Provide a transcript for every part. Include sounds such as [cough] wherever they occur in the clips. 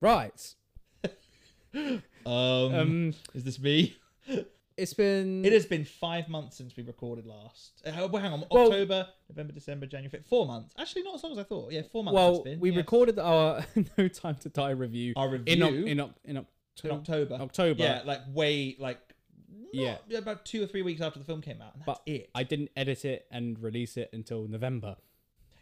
Right. Um, Um, is this me? [laughs] it's been. It has been five months since we recorded last. Uh, well, hang on, Well- October, November, December, January, Feb- four months. Actually, not as long as I thought. Yeah, four months. Well, it's been. we yes. recorded our [laughs] No Time to Die review, our review in, Oc- in, in, Oc- in October. October. October. Yeah, like way like not- Yeah. yeah, about two or three weeks after the film came out, and that's But it. I didn't edit it and release it until November.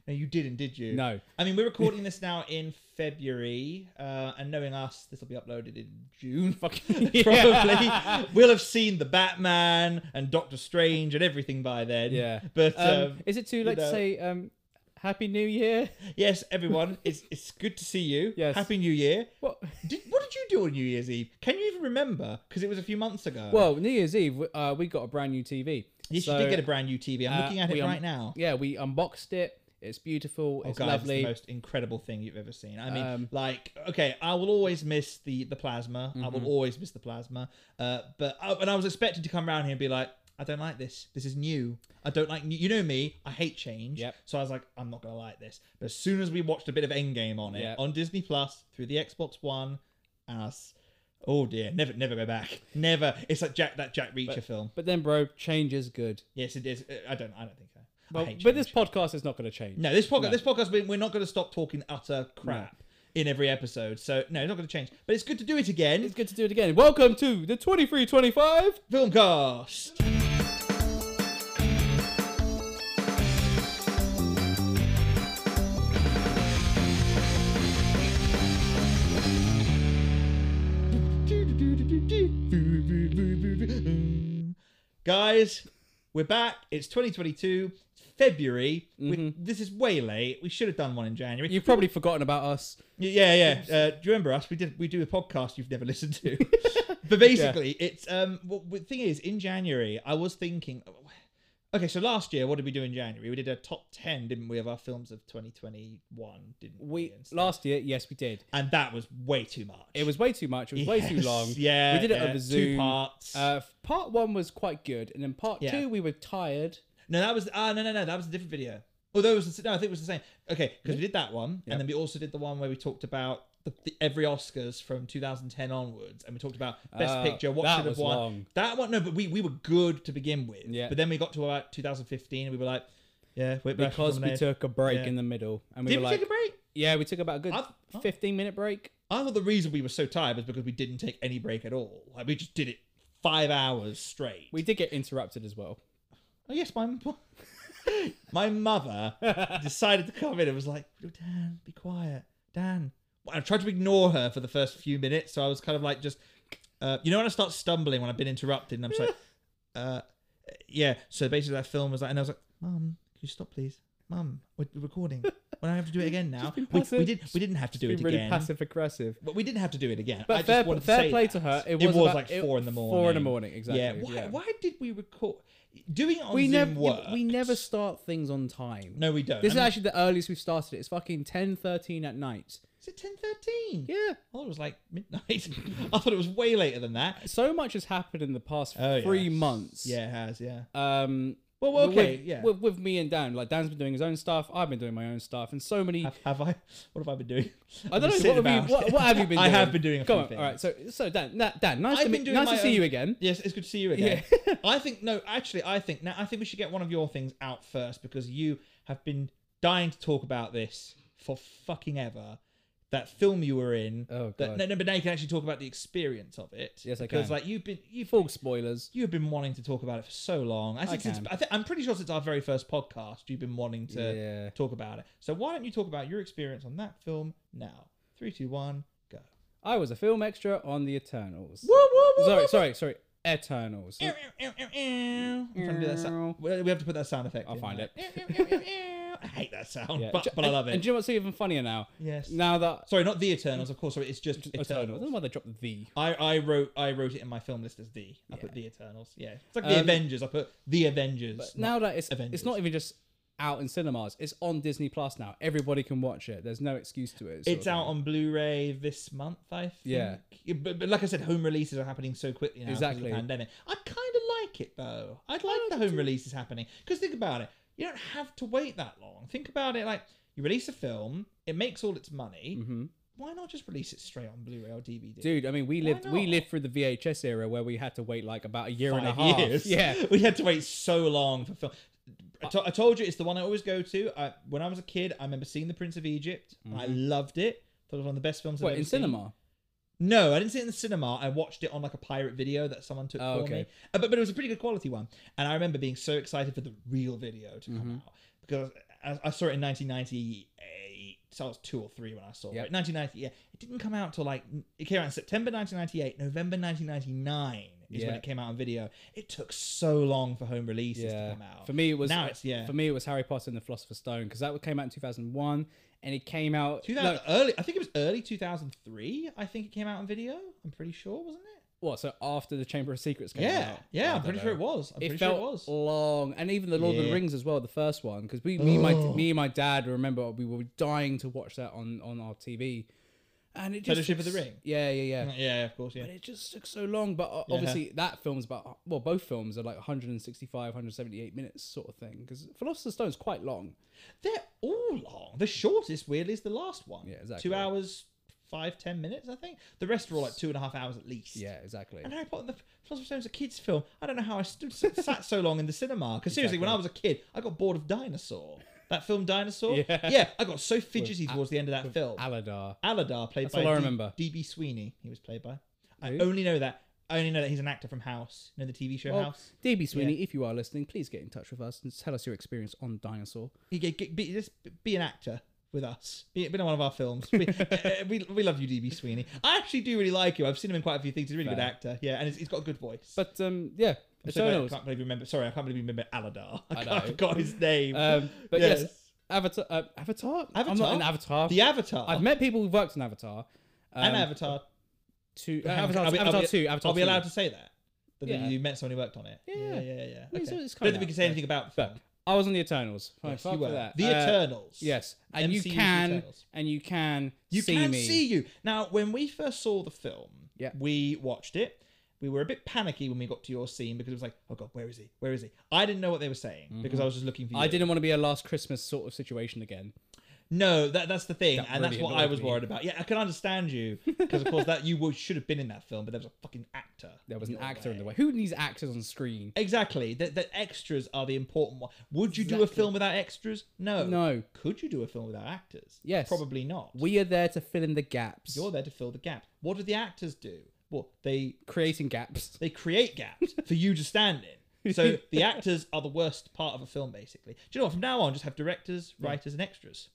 No, you didn't, did you? No. I mean, we're recording this now in February, uh, and knowing us, this will be uploaded in [laughs] June. [laughs] Fucking Yeah. probably. We'll have seen the Batman and Doctor Strange and everything by then. Yeah. But Um, um, is it too late know- to say um, Happy New Year? [laughs] yes, everyone, it's it's good to see you. Yes. Happy New Year. What? Did, what did you do on New Year's Eve? Can you even remember? Because it was a few months ago. Well, New Year's Eve, uh, we got a brand new TV. yes, So, you did get a brand new TV. I'm uh, looking at it we un- right now. Yeah, we unboxed it. It's beautiful. Oh, it's guys, lovely. It's the most incredible thing you've ever seen. I mean, Um, like, okay, I will always miss the the plasma. I Mm-hmm. will always miss the plasma. Uh, but I, and I was expected to come around here and be like, I don't like this. This is new. I don't like. New. You know me. I hate change. Yep. So I was like, I'm not gonna like this. But as soon as we watched a bit of Endgame on it Yep. on Disney Plus through the Xbox One, and us. Oh dear, never, never go back. Never. It's like Jack, that Jack Reacher film. But then, bro, change is good. Yes, it is. Uh, I don't, I don't think so. I Well, hate but this change. podcast is not going to change. No, this podcast, this podcast, we- we're not going to stop talking utter crap in every episode. So no, it's not going to change. But it's good to do it again. It's good to do it again. Welcome to the 2325. Filmcast. Guys, we're back. It's 2022, February. We, this is way late. We should have done one in January. You've probably forgotten about us. Yeah, yeah. Uh, do you remember us? We did. We do a podcast you've never [laughs] listened to. but basically, it's um. Well, the thing is, in January, I was thinking. oh, Okay, so last year, what did we do in January? We did a top ten, didn't we, of our films of 2021, didn't we? We and stuff? last year, yes, we did. and that was way too much. It was way too much. It was way too Yes, long. [laughs] Yeah, we did it yeah, over Zoom. Two parts. Uh, f- part one was quite good, and then part Yeah. two we were tired. No, that was ah no no no that was a different video. Although it was no, I think it was the same. Okay, because we did that one, and then we also did the one where we talked about the, the, every Oscars from 2010 onwards, and we talked about Best Ah, Picture, what that should have was won. long. That one, no, but we we were good to begin with. Yeah. But then we got to about 2015, and we were like, yeah, we're because we took a break Yeah. in the middle, and we Did were we like, take a break? yeah, we took about a good I've- oh. fifteen minute break. I thought the reason we were so tired was because we didn't take any break at all. Like we just did it five hours straight. We did get interrupted as well. Oh yes, my [laughs] my mother decided to come in and was like, "Oh, "Dan, be quiet, Dan." Well, I tried to ignore her for the first few minutes, so I was kind of like just, uh, you know, when I start stumbling when I've been interrupted, and I'm [laughs] just like, uh, "Yeah." So basically, that film was like, and I was like, "Mum, can you stop, please? Mum, we're we're recording. Well, I have to do [laughs] it again now. be We, we passive. did. We didn't have to do Be it really again." passive aggressive. But we didn't have to do it again. But I fair, just wanted to fair say play that. to her. It was, It was about- like it- four in the morning. Four in the morning, exactly. Yeah. Why, why did we record? Doing it on we Zoom never worked. we never start things on time. No, we don't. This I is mean, actually the earliest we've started it. It's fucking ten thirteen at night. is it ten thirteen? Yeah. I thought it was like midnight. [laughs] I thought it was way later than that. So much has happened in the past Oh, three yes. months. Yeah, it has. Yeah. Um Well, well, with- okay, yeah. With, with me and Dan, like Dan's been doing his own stuff. I've been doing my own stuff, and so many. Have, have I? [laughs] What have I been doing? I don't know what, have I've been sitting you, what, about. what have you been? [laughs] I doing? have been doing a Come few on, things. all right. So, so Dan, na- Dan, nice I've to been meet, doing nice to my see you own- again. Yes, it's good to see you again. [laughs] I think no, actually, I think now I think we should get one of your things out first because you have been dying to talk about this for fucking ever. That film you were in. Oh, that, God. no, no, but now you can actually talk about the experience of it. Yes, I Because can. like you've been you've Full spoilers. You've been wanting to talk about it for so long. I think since, can. I think I'm pretty sure since our very first podcast, you've been wanting to Yeah. talk about it. So why don't you talk about your experience on that film now? Three, two, one, go. I was a film extra on the Eternals. Woo, woo, woo, Sorry, woo. sorry, sorry. Eternals. Ew, ew, ew, ew, ew. I'm trying to do that sound. We we have to put that sound effect. I'll in find there. it. Ew, ew, ew, ew, ew. I hate that sound, Yeah. but, but I And- love it. And do you know what's even funnier now? yes. Now that Sorry, not the Eternals, of course. Sorry, it's just Eternals. I don't know Eternals. why they dropped the. I, I wrote I wrote it in my film list as the. I put the Eternals. Yeah, it's like the Um, Avengers. I put the Avengers. not- Now that it's Avengers. it's not even just out in cinemas. It's on Disney Plus now. Everybody can watch it. There's no excuse to it. sort It's of out thing. on Blu-ray this month, I think. Yeah. But, but like I said, home releases are happening so quickly now exactly. Exactly. the pandemic. I kind of like it though. I'd like the home releases happening because think about it, you don't have to wait that long. Think about it, like you release a film, it makes all its money. why not just release it straight on Blu-ray or DVD? Mm. Mm-hmm. Dude, I mean, we Why lived we not? lived through the VHS era where we had to wait like about a year and a Five half. [laughs] [laughs] Yeah, we had to wait so long for film. I to- I told you it's the one I always go to. I, when I was a kid, I remember seeing The Prince of Egypt. I loved it. Thought it was one of the best films. Mm-hmm. I've what ever in seen. cinema? No, I didn't see it in the cinema. I watched it on like a pirate video that someone took Oh, for okay. me. Uh, but, but it was a pretty good quality one. And I remember being so excited for the real video to Mm-hmm. come out because I, I saw it in 1998. So I was two or three when I saw Yep. it. 1998. It didn't come out till like, it came out in September 1998. November 1999 is Yeah. when it came out on video. It took so long for home releases to Yeah. come out. For me, it was uh, Now it's- yeah. For me, it was Harry Potter and the Philosopher's Stone because that came out in two thousand one, and it came out 2000, no, early, I think it was early 2003. I think it came out on video. I'm pretty sure, wasn't it? what? So after the Chamber of Secrets came Yeah, out. yeah, I I'm don't pretty sure know. it was. I'm pretty It sure felt it was. long, and even the Lord of the Yeah. Rings as well, the first one, because we, me, and my, Ugh. me and my dad remember we were dying to watch that on on our TV, and it just Fellowship of the took s- Ring? Yeah, yeah, yeah. Yeah, of course, yeah. But it just took so long. But o- obviously, that film's about well, both films are like 165, 178 minutes sort of thing. Because Philosopher's Stone's quite long. They're all long. The shortest, weirdly, is the last one. Yeah, exactly. Two hours, five, ten minutes, I think. The rest are all like two and a half hours at least. Yeah, exactly. And Harry Potter and the Philosopher's Stone's a kid's film. I don't know how I stood, [laughs] sat so long in the cinema. Because seriously, when I was a kid, I got bored of Dinosaur. That film, Dinosaur? [laughs] Yeah. I got so fidgety towards the end of that film. Aladar. Aladar, played That's by all I D- remember. D.B. Sweeney, he was played by. I Who? only know that. I only know that he's an actor from House. You know the TV show Well, House? DB Oh, Sweeney, if you are listening, please get in touch with us and tell us your experience on Dinosaur. You get, get- be, just be an actor with us. Be, be [laughs] in one of our films. We, uh, we, we love you, DB Sweeney. I actually do really like him. I've seen him in quite a few things. He's a really good Fair. actor. Yeah, and he's, he's got a good voice. But um, yeah, I'm so glad- I Eternals. can't believe you remember. Sorry, I can't believe you remember Aladar. [laughs] I I, can't- I know. forgot his name. Um, but yes, Avatar. Uh, Avatar. I'm Avatar? not an Avatar. the Avatar. I've met people who've worked on Avatar. Um, and Avatar. Two. uh, Hang on, Avatar. are we- are Avatar we- two. Avatar Are we two. allowed to say that? That Yeah. you met someone who worked on it. yeah, Yeah. yeah. yeah. I mean, so it's Okay. I don't kinda think we can out say there. anything about the film. I was on the Eternals. Fine, Yes, fuck you for were. that. The Uh, Eternals. Yes, and you MCU's can Eternals. and you can You see can me. see you. Now, when we first saw the film, Yeah. we watched it. We were a bit panicky when we got to your scene because it was like, oh God, where is he? Where is he? I didn't know what they were saying because I was just looking for you. Mm-hmm. I didn't want to be a last Christmas sort of situation again. No, that, that's the thing. That and that's really what I annoyed was me. worried about. Yeah, I can understand [laughs] you because, of course, that you would- should have been in that film, but there was a fucking actor. There was in an your actor in way. the way. Who needs actors on screen? Exactly. The, the extras are the important one. Would you do a Exactly. film without extras? No. No. Could you do a film without actors? Yes. Probably not. We are there to fill in the gaps. You're there to fill the gap. What do the actors do? Well, they creating [laughs] gaps. They create gaps for you to stand in. [laughs] So the actors are the worst part of a film, basically. Do you know what? From now on, just have directors, writers, [laughs] and extras.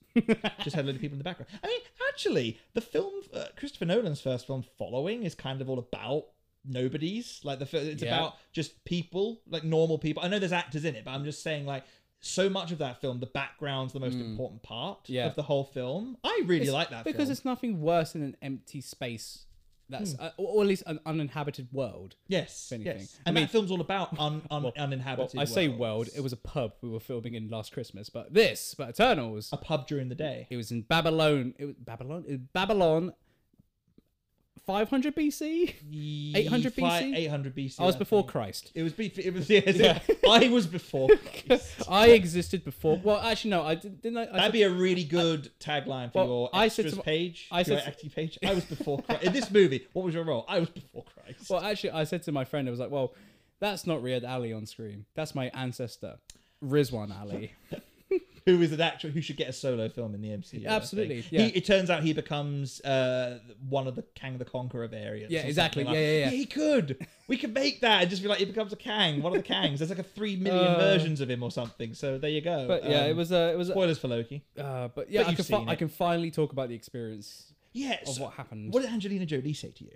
just have a load of people in the background. I mean, actually, the film, uh, Christopher Nolan's first film, Following, is kind of all about nobodies. Like the, fil- it's Yeah. about just people, like normal people. I know there's actors in it, but I'm just saying, like. So much of that film, the background's the most important part Hmm. Yeah. of the whole film. I really It's- like that because film. Hmm. it's nothing worse than an empty space. That's uh, or at least an uninhabited world. yes, anything. yes. I And mean- that film's all about un, un, Well, uninhabited. I say world. worlds. It was a pub we were filming in last Christmas, but this, but Eternals, a pub during the day. it was in Babylon. It was Babylon. It was Babylon. 500 BC. 800 Fi- BC? 800 BC. I was I before think. Christ. [laughs] It was. Be- it was. Yes, Yeah. I [laughs] was before. Christ. I existed before. Well, actually, no, I didn't. didn't I, I That'd be a really good tagline for Well, your I said extras to- page. I said your to- active page. I was before Christ. In this movie, what was your role? I was before Christ. Well, actually, I said to my friend, I was like, well, that's not Riyad Ali on screen. That's my ancestor, Rizwan [laughs] Ali. who is an actor who should get a solo film in the MCU? I think. Absolutely, He, yeah. it turns out he becomes uh, one of the Kang the Conqueror variants. Yeah, or something exactly. like- Yeah, yeah, yeah. He could. We could make that and just be like, he becomes a Kang, one of the Kangs. There's like a three million Uh, versions of him or something. So there you go. But yeah, Um, it was a, it was. A, spoilers for Loki. uh, but yeah, but I can, you've fi- seen I it. can finally talk about the experience Yes. of what happened. What did Angelina Jolie say to you?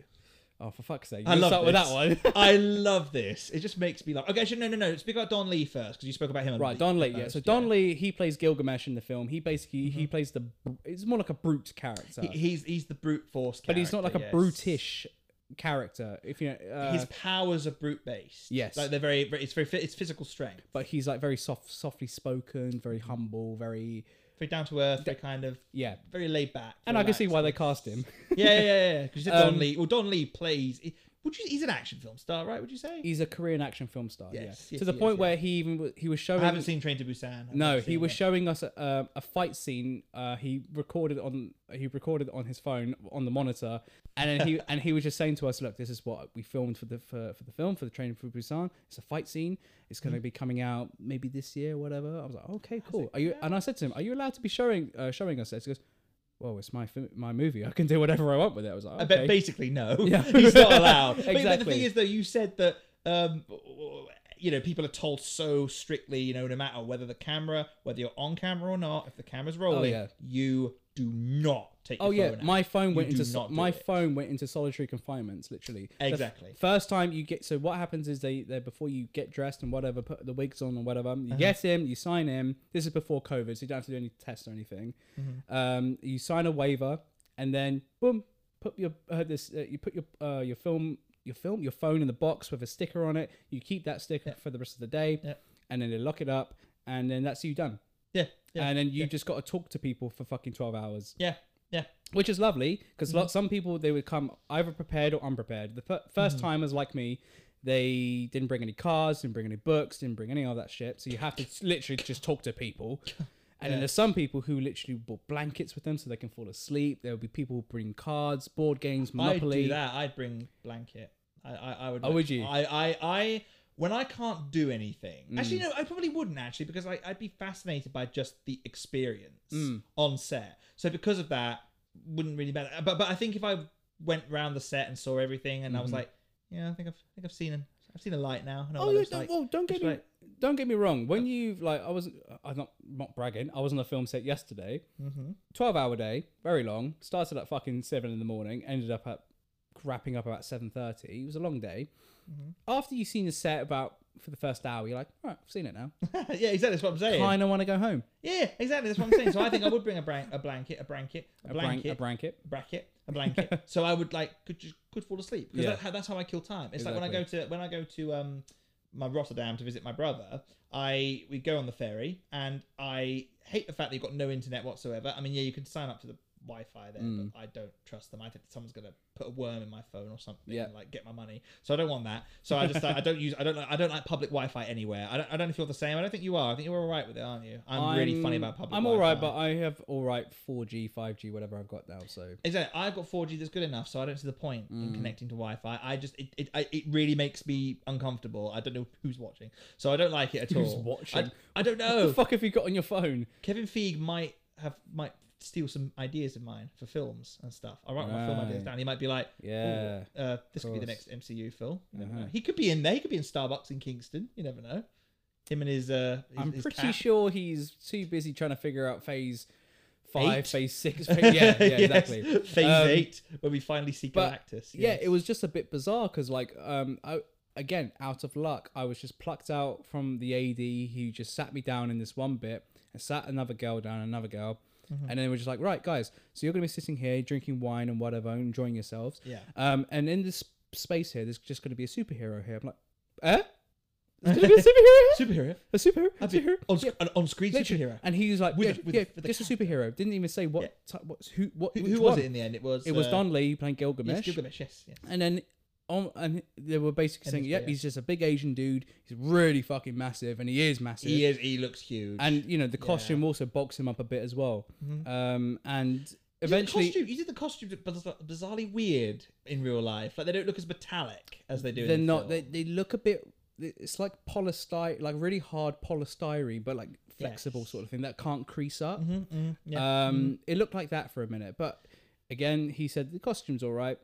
Oh, for fuck's sake! I You love start with that this. one. [laughs] I love this. It just makes me laugh. Okay, actually, no, no, no. Speak about Don Lee first because you spoke about him. on Right, Don Lee. Yeah, first, so Don Lee, he plays Gilgamesh in the film. He basically he plays the. br- It's more like a brute character, Mm-hmm. He- he's he's the brute force, uh, but he's not like a character, yes. brutish character. If you know, uh, His powers are brute based. Yes. like they're very, very it's very, fi- it's physical strength, but he's like very soft, softly spoken, very Mm-hmm. humble, very very down to earth, very kind of, yeah. very laid back. And I can relaxed. [laughs] see why they cast him. [laughs] Yeah, yeah, yeah. Because you said Don Um, Lee. Well, Don Lee plays. he- Would you? He's an action film star, right? Would you say? He's a Korean action film star. yeah. Yes, yes, to the yes, point yes. where he even wa- he was I showing. haven't seen Train to Busan. I've No, never he seen was it. showing us a, um, a fight scene. Uh, he recorded on he recorded on his phone on the monitor, and [laughs] then he and he was just saying to us, "Look, this is what we filmed for the for, for the film for the training for Busan. It's a fight scene. It's Hmm. going to be coming out maybe this year, whatever." I was like, "Okay, cool." are you? And I said to him, "Are you allowed to be showing uh, showing us this?" He goes, "Well, it's my fi- my movie. I can do whatever I want with it." I was like, I okay. bet basically no. Yeah. [laughs] He's not [laughs] allowed. But- But, the Exactly. thing is, though, you said that um, you know people are told so strictly, you know, no matter whether the camera, whether you're on camera or not, if the camera's rolling, Oh, yeah. you do not take. Oh your yeah, phone out. my phone went You do into so- not do my it. phone went into solitary confinement. Literally, The f- Exactly. first time you get so what happens is they they before you get dressed and whatever, put the wigs on and whatever. Uh-huh. You get him, you sign him. This is before COVID, so you don't have to do any tests or anything. Mm-hmm. Um, you sign a waiver, and then boom, put your uh, this uh, you put your uh, your film your film your phone in the box with a sticker on it. You keep that sticker for the rest of the day, Yeah. and then they lock it up, and then that's you done. yeah, yeah, and then you just got to talk to people for fucking twelve hours yeah, yeah. which is lovely because some people they would come either prepared or unprepared. The f- 1st timers like me, they didn't bring any cards, didn't bring any books, didn't bring any of that shit. So you have to s- literally just talk to people. And then there's some people who literally bought blankets with them so they can fall asleep. There will be people who bring cards, board games, Monopoly. I'd do that. I'd bring blanket. I, I, I would. Oh, would you? Mm. I, I, I. When I can't do anything, actually, no, I probably wouldn't actually because I, I'd be fascinated by just the experience Mm. on set. So because of that, wouldn't really matter. Uh, But but I think if I went round the set and saw everything, and I was like, yeah, I think I've, I think I've seen, I've seen a light now. And Mm-hmm. I Oh, was yeah, just don't, like, well, don't get it's me like- don't get me wrong. When you've like, I was I'm not not bragging. I was on a film set yesterday, Mm-hmm. twelve hour day, very long. Started at fucking seven in the morning, ended up at wrapping up about seven thirty. It was a long day. Mm-hmm. After you've seen the set about for the first hour, you're like, all right, I've seen it now. [laughs] yeah, exactly. That's what I'm saying. Kind of want to go home. Yeah, exactly. That's what I'm saying. So I think I would bring a, bran- a blanket, a blanket, a A blanket, blanket, a blanket. bracket, [laughs] a blanket. so I would like could just could fall asleep because Yeah. that, that's how I kill time. It's like when I go to when I go to um my Rotterdam to visit my brother. I we go on the ferry and I hate the fact that you've got no internet whatsoever. I mean, yeah, you can sign up to the Wi-Fi there, Mm. but I don't trust them. I think someone's gonna put a worm in my phone or something Yeah. and like get my money. So I don't want that. So I just I don't use I don't I don't like public Wi-Fi anywhere. I don't I don't know if you're the same. I don't think you are. I think you're all right with it, aren't you? I'm, really funny about public. I'm all right, Wi-Fi. but I have all right 4G, 5G, whatever I've got now. So Exactly. I've got 4G that's good enough, so I don't see the point in Mm. connecting to Wi-Fi. I just it it, I, it really makes me uncomfortable. I don't know who's watching, so I don't like it at Who's all. watching? I, I don't what know. the fuck have you got on your phone? Kevin Feige might have might steal some ideas of mine for films and stuff. I write my film ideas Right. down. He might be like, "Ooh, Yeah. uh, this could be the course. next MCU film." You never Uh-huh. know. He could be in there. He could be in Starbucks in Kingston. You never know. Him and his. Uh, his I'm his pretty cat. [laughs] sure he's too busy trying to figure out phase five, Eight? phase six. Phase, yeah, yeah, [laughs] Yes. exactly. Phase Um, eight, when we finally see but, Galactus. Yeah, yes. it was just a bit bizarre because, like, um, I, again, out of luck, I was just plucked out from the AD who just sat me down in this one bit and sat another girl down, another girl. And then we're just like, right, guys, so you're going to be sitting here drinking wine and whatever, enjoying yourselves. Yeah. Um, and in this space here, there's just going to be a superhero here. I'm like, eh? There's going to be a superhero? here? Superhero. A superhero? A I'd be superhero? On, an on-screen Literally. superhero. And he was like, With yeah, the- with yeah, the- with the just a superhero. Didn't even say what, ty- what's who, what, Who, which who was one. it in the end? It was. It was uh, Don Lee playing Yes, Gilgamesh. Gilgamesh. Yes. yes. And then, um, and they were basically saying, he's yep, big, yeah. he's just a big Asian dude. He's really fucking massive, and he is massive. He is. He looks huge. And you know, the costume also bulks him up a bit as well. Um, and You did Mm-hmm. the eventually, costume, you did the costumes look bizar- bizarrely weird in real life. Like they don't look as metallic as they do. in they're the not. They, film. they look a bit. It's like polystyrene, like really hard polystyrene, but like flexible Yes. sort of thing that can't crease up. Mm, yeah. Um, It looked like that for a minute, but again, he said the costume's all right,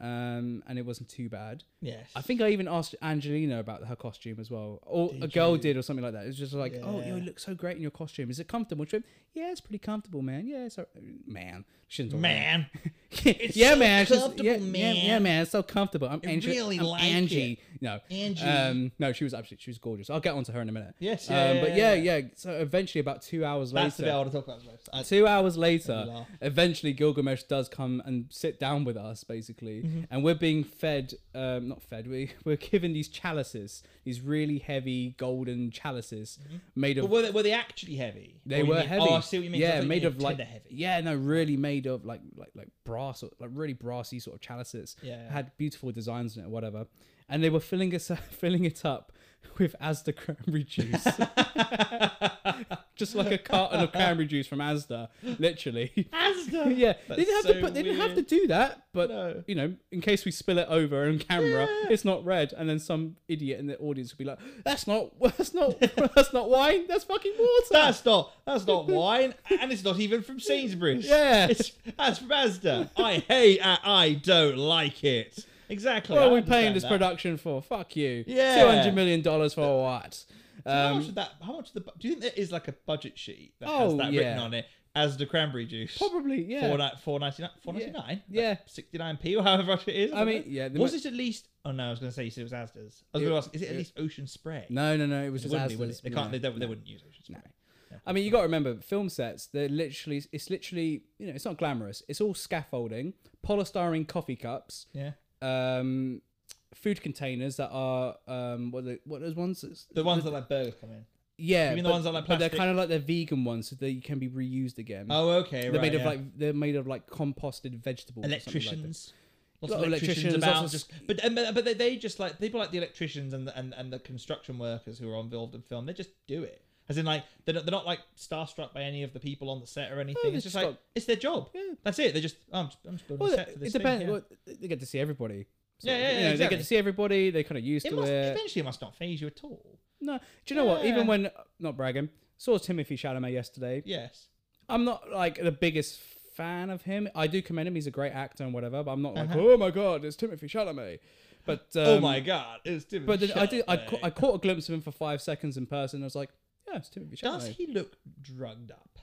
um, and it wasn't too bad. yes. I think I even asked Angelina about her costume as well, or a girl you? did, or something like that. It was just like, oh, you Yeah. look so great in your costume. Is it comfortable? She went, yeah, it's pretty comfortable, man. Yeah, it's all- man. She didn't talk like [laughs] that. [laughs] man. it's yeah, so man. She's- comfortable, yeah, yeah, yeah, man. man. It's so comfortable. I'm Angie. really I'm like Angie. No, Angie. Um, no, she was absolutely. She was gorgeous. I'll get onto her in a minute. Yes, Um, yeah, yeah, but yeah, yeah, yeah, So eventually, about two hours That's the later, bit I want to talk about. most. I- Uh, two hours That'd be later, laugh. eventually Gilgamesh does come and sit down with us, basically, and we're being fed, um, not fed, we [laughs] we're given these chalices, these really heavy golden chalices made But of. were they, were they actually heavy? Or They you were mean- heavy. Oh, I see what you mean. I Yeah, thought you made meant of like tender heavy. yeah, no, really made of like like like brass, or like really brassy sort of chalices. Yeah, yeah. had beautiful designs in it, or whatever. And they were filling it [laughs] filling it up with Asda cranberry [laughs] juice, [laughs] just like a carton of cranberry juice from Asda, literally. [laughs] Asda. yeah, they That's didn't have to so put, they didn't have to weird. do that, but No. you know, in case we spill it over on camera, Yeah. it's not red, and then some idiot in the audience will be like, "That's not, [laughs] that's not, that's not wine, that's fucking water." That's not that's not wine, and it's not even from Sainsbury's. [laughs] Yeah. it's, that's from Asda. I hate. I, I don't like it. Exactly. what I are we paying understand this that. production for? Fuck you. Yeah. two hundred million dollars for what? how much Um, of that? How much of the? Do you think there is like a budget sheet that Oh, has that written yeah. on it? Asda cranberry juice. probably, yeah. Four ni- four ninety nine, four ninety nine, Yeah. sixty nine p or however much it is. I mean, yeah, they was might- it at least? Oh no, I was going to say you said it was Asda's. I was It- going to ask, is it at it- least Ocean Spray? No, no, no. It was it just wouldn't be, would Asda's. it? They can't. No. They, don't- they wouldn't use Ocean Spray. I mean, you got to remember, film sets. They're literally. It's literally. You know, it's not glamorous. It's all scaffolding, polystyrene coffee cups, Yeah, um, food containers that are um, what are the, what are those ones? It's- the ones that like burgers come in. yeah, you mean the but- ones that are like but they're plastic? kind of like they're vegan ones, so they can be reused again. Oh, okay. they're right, made of yeah. like they're made of like composted vegetables. or something like that. electricians. Lots Lot of of electricians electricians, about lots of just, but and- but they, they just like people like the electricians and the, and and the construction workers who are involved in film. They just do it, as in like they're not, they're not like starstruck by any of the people on the set or anything. they it's just just like it's their job. Yeah. That's it. They just oh, I'm just, I'm just building Well, a set for this. it depends. Thing. yeah. Well, they get to see everybody. So, Yeah, yeah, yeah, you know, They get exactly. to see everybody. They kind of used It to must, it. eventually, it must not phase you at all. No, do you know what? Yeah. Even when not bragging, saw Timothy Chalamet yesterday. Yes. I'm not like the biggest fan of him. I do commend him; he's a great actor and whatever. But I'm not like, Uh-huh. oh my god, it's Timothy Chalamet. But um, [laughs] oh my God! It's Timothy But then I did. I, Chalamet. ca- I caught a glimpse of him for five seconds in person. And I was like, yeah, it's Timothy Chalamet. Does he look drugged up?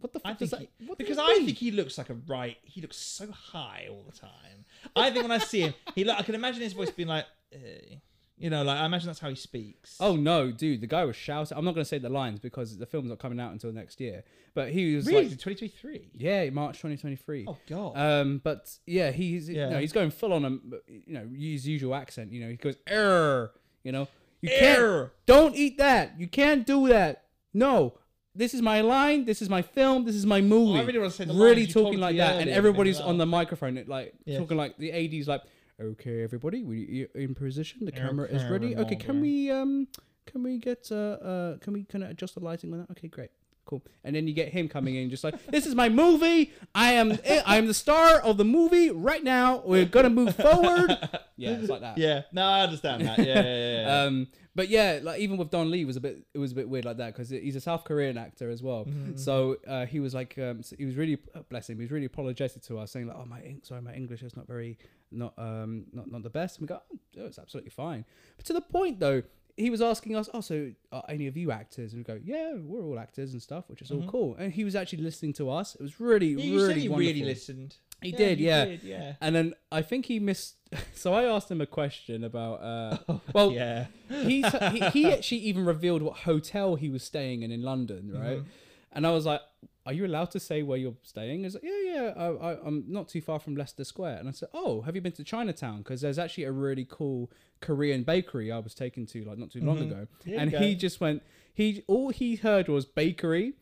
What the I fuck think does he, that? what does because that I mean? think he looks like a right. He looks so high all the time. I think when I see him, he look, I can imagine his voice being like, eh. you know, like I imagine that's how he speaks. Oh no, dude! The guy was shouting. I'm not going to say the lines because the film's not coming out until next year. But he was really? like, Twenty twenty three. yeah, March 2023. Oh god. Um, but yeah, he's you Yeah. know, he's going full on um, you know his usual accent. You know, he goes err. You know, you can't Err. don't eat that. You can't do that. No, this is my line. This is my film. This is my movie. Oh, really wanna say the Really lines you told talking me like that, earlier, and but everybody's no. on the microphone, it, like Yeah. talking like the AD's like, okay, everybody, we you're in position. The camera is Okay, ready. Okay, Ronaldo. can we um can we get uh, uh can we kind of adjust the lighting on that? Okay, great. Cool. And then you get him coming in, just like this is my movie. I am eh, I am the star of the movie right now. We're gonna move forward. Yeah, it's like that. Yeah. No, I understand that. Yeah, yeah, [laughs] yeah. yeah. Um, but yeah, like even with Don Lee it was a bit, it was a bit weird like that because he's a South Korean actor as well. Mm-hmm. So uh, he was like, um, so he was really uh, bless him. He was really apologetic to us, saying like, "Oh my, Eng- sorry, my English is not very, not um, not not the best." And we go, oh, no, "It's absolutely fine." But to the point though, he was asking us, "Oh, so are any of you actors?" And we go, "Yeah, we're all actors and stuff, which is all cool." And he was actually listening to us. It was really, Mm-hmm. you really said he wonderful. really listened. He did, you yeah. did, yeah. And then I think he missed. [laughs] So I asked him a question [laughs] about. Oh, Uh, well, yeah. he, he he [laughs] actually even revealed what hotel he was staying in in London, right? Mm-hmm. And I was like, "Are you allowed to say where you're staying?" He's like, "Yeah, yeah, I, I, I'm not too far from Leicester Square." And I said, "Oh, have you been to Chinatown? Because there's actually a really cool Korean bakery I was taken to like not too long ago." There Mm-hmm. you and go. he just went, he all he heard was bakery,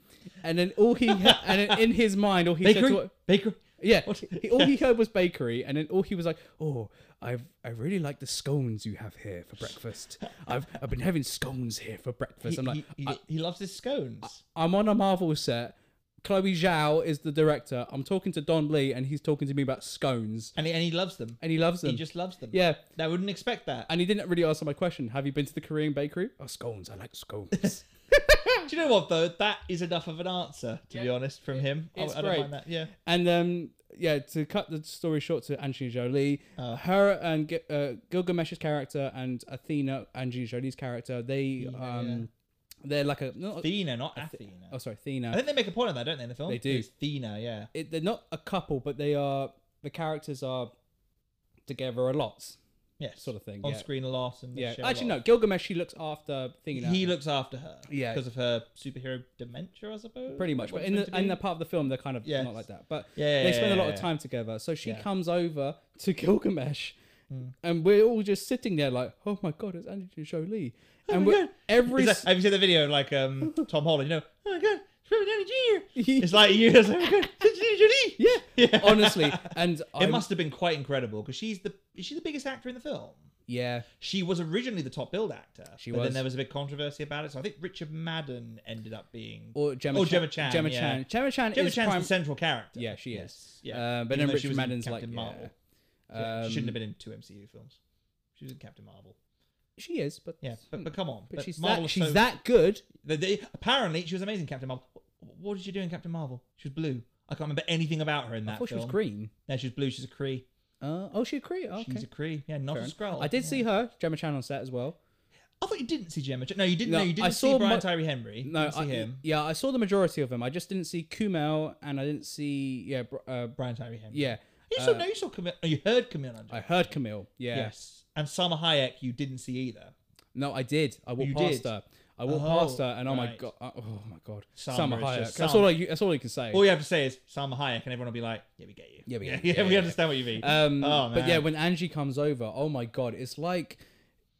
and then all he and then in his mind all he said to Bakery. what, Bakery. [laughs] yeah, What- he, all he heard was bakery, and then all he was like, "Oh, I've I really like the scones you have here for breakfast. I've I've been having scones here for breakfast." He, I'm like, he, he, he loves his scones. "I'm on a Marvel set. Chloe Zhao is the director. I'm talking to Don Lee, and he's talking to me about scones, And he, and he loves them. and he loves them. He just loves them. Mm. yeah." I wouldn't expect that. And he didn't really answer my question. Have you been to the Korean bakery? Oh, scones. I like scones. Do you know what though? That is enough of an answer, to be honest, from him. it's I, I don't great. mind that. Yeah. And um, yeah, to cut the story short to Angelina Jolie, her and G- uh, Gilgamesh's character and Athena, Angelina Jolie's character, they um, they're like a not, Athena, not Athena. oh sorry, I Athena. think they make a point of that, don't they, in the film? They do. It's Athena, yeah. It, they're not a couple, but they are the characters are together a lot, Yeah. sort of thing. On yeah, screen a lot and they yeah. share a Actually, no. lot. Gilgamesh, she looks after Athena. He looks after her. Yeah. Because of her superhero dementia, I suppose. pretty much. What But it's in meant the to be. in the part of the film, they're kind of Yes. not like that. But Yeah, yeah, they spend a lot yeah, of yeah. time together. So she Yeah. Mm. comes over to [laughs] Gilgamesh, and we're all just sitting there like, "Oh my god, it's Angelina Jolie!" and Oh my we're God. every Is that- s- [laughs] have you seen the video of, like um Tom Holland, you know? Oh my god. It's like you. It's like, yeah. [laughs] Yeah. Honestly, and I, [laughs] It must have been quite incredible because she's the is she the biggest actor in the film. yeah, She was originally the top billed actor. She but was. Then there was a big controversy about it. So I think Richard Madden ended up being or Gemma, Oh, Chan- Gemma Chan, Gemma yeah. Chan, Gemma Chan Gemma is Chan's prime- the central character. Yeah, she Yes. is. Yeah. Uh, but Even then though she Richard was in Madden's like, Captain yeah. Marvel. Yeah, she shouldn't have Um, been in two MCU films. She was in Captain Marvel. She is, but Yeah, but, hmm. but come on. But she's Marvel that, is she's so- that good. They, they- apparently, she was amazing in Captain Marvel. Wh- What did she do in Captain Marvel? She was blue. I can't remember anything about her in that I thought she film. was green. No, she was blue. She's a Cree. Uh, oh, she a Cree. Okay. She's a Cree. Yeah, not Fair a enough. Skrull. I did Yeah. see her, Gemma Chan, on set as well. I thought you didn't see Gemma. Ch- No, you didn't. No, No, you didn't I see saw Brian my- Tyree Henry. No, didn't see I, him. yeah, I saw the majority of them. I just didn't see Kumail, and I didn't see yeah, Br- uh, Brian Tyree Henry. yeah. You saw uh, no, you saw Camille. No, you heard Camille Nanjiani. I heard Camille. Yeah. Yes. And Salma Hayek, you didn't see either. No, I did. I walked You past did? her. I walked Oh, past her, and oh my right. god, oh my god, Salma Salma is Hayek. just That's Salma. all. I, you- that's all you can say. All you have to say is Salma Hayek, and everyone will be like, "Yeah, we get you. Yeah, we [laughs] yeah, get you. Yeah, we yeah, understand what you mean." Um, Oh, but yeah, man. when Angie comes over, oh my god, it's like,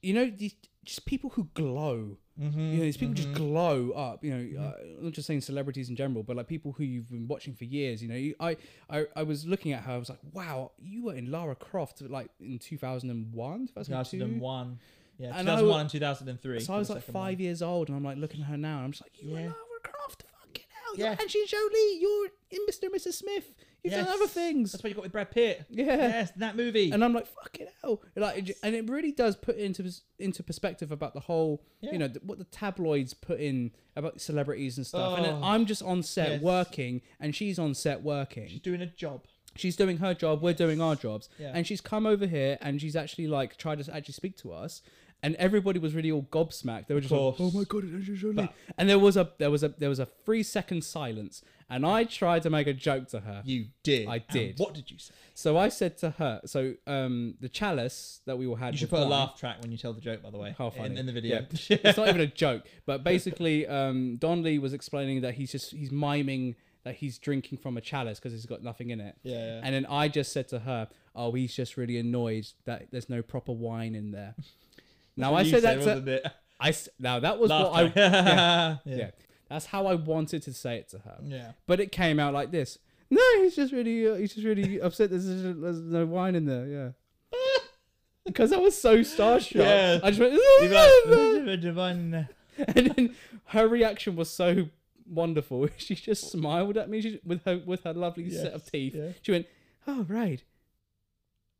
you know, these just people who glow. Mm-hmm, You know, these people just glow up. You know, uh, I'm not just saying celebrities in general, but like people who you've been watching for years. You know, you, I, I I was looking at her. I was like, wow, you were in Lara Croft like in 2001, 2002. 2001. Yeah, And I 2001 wa- and 2003. So I the was like second five years old, and I'm like looking at her now, and I'm just like, you were Yeah. Lara Croft, fucking hell, you're Yeah. Angie Jolie, you're in Mr. and Mrs. Smith, you've one. done Yes. other things. That's what you got with Brad Pitt. Yeah. Yes, that movie. and I'm like, fucking hell, like, it j- and it really does put into pers- into perspective about the whole, Yeah. you know, th- what the tabloids put in about celebrities and stuff. And then Oh, I'm just on set yes. working, and she's on set She's working. doing a job. She's doing her job, we're doing our jobs, Yeah. and she's come over here and she's actually like tried to actually speak to us. And everybody was really all gobsmacked. They were just like, course. "Oh my god, it's Angelina Jolie!" and there was a there was a there was a three second silence. And I tried to make a joke to her. You did. I And did. what did you say? So I said to her, so um, the chalice that we all had. You should with put wine- a laugh track when you tell the joke, by the way. How funny. In, in the [laughs] video. Yeah. it's not even a joke. But basically, um, Don Lee was explaining that he's just he's miming that he's drinking from a chalice because he's got nothing in it. Yeah, yeah. And then I just said to her, "Oh, he's just really annoyed that there's no proper wine in [laughs] there." now I You said that wasn't to it? I s- now that was Laugh what I track. [laughs] yeah. yeah that's how I wanted to say it to her. [laughs] Yeah. But it came out like this. No, he's just really uh, he's just really upset. There's, there's no wine in there. [laughs] Yeah. Because I was so starstruck, Yeah. I just went. You'd [laughs] be like, [laughs] and then her reaction was so wonderful. [laughs] She just smiled at me she, with her with her lovely set of Yes, teeth. yeah. She went, "Oh [laughs] right,"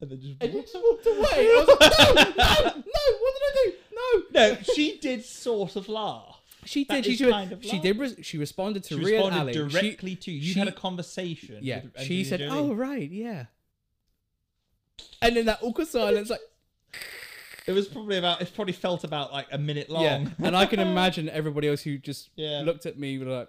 And then just- and you just walked away. I was like, "No, no, no! What did I do? No!" no, she did sort of laugh. She That did. She, is she, kind of she love. did. Res- she responded to She Rhea responded Ali. She- directly to you. You she- had a conversation. yeah. with She Angelina said, Jolie. "Oh right, yeah." And then that awkward silence, like It was probably about. It probably felt about like a minute long. "Oh." yeah. And I can [laughs] imagine everybody else who just Yeah. looked at me were like,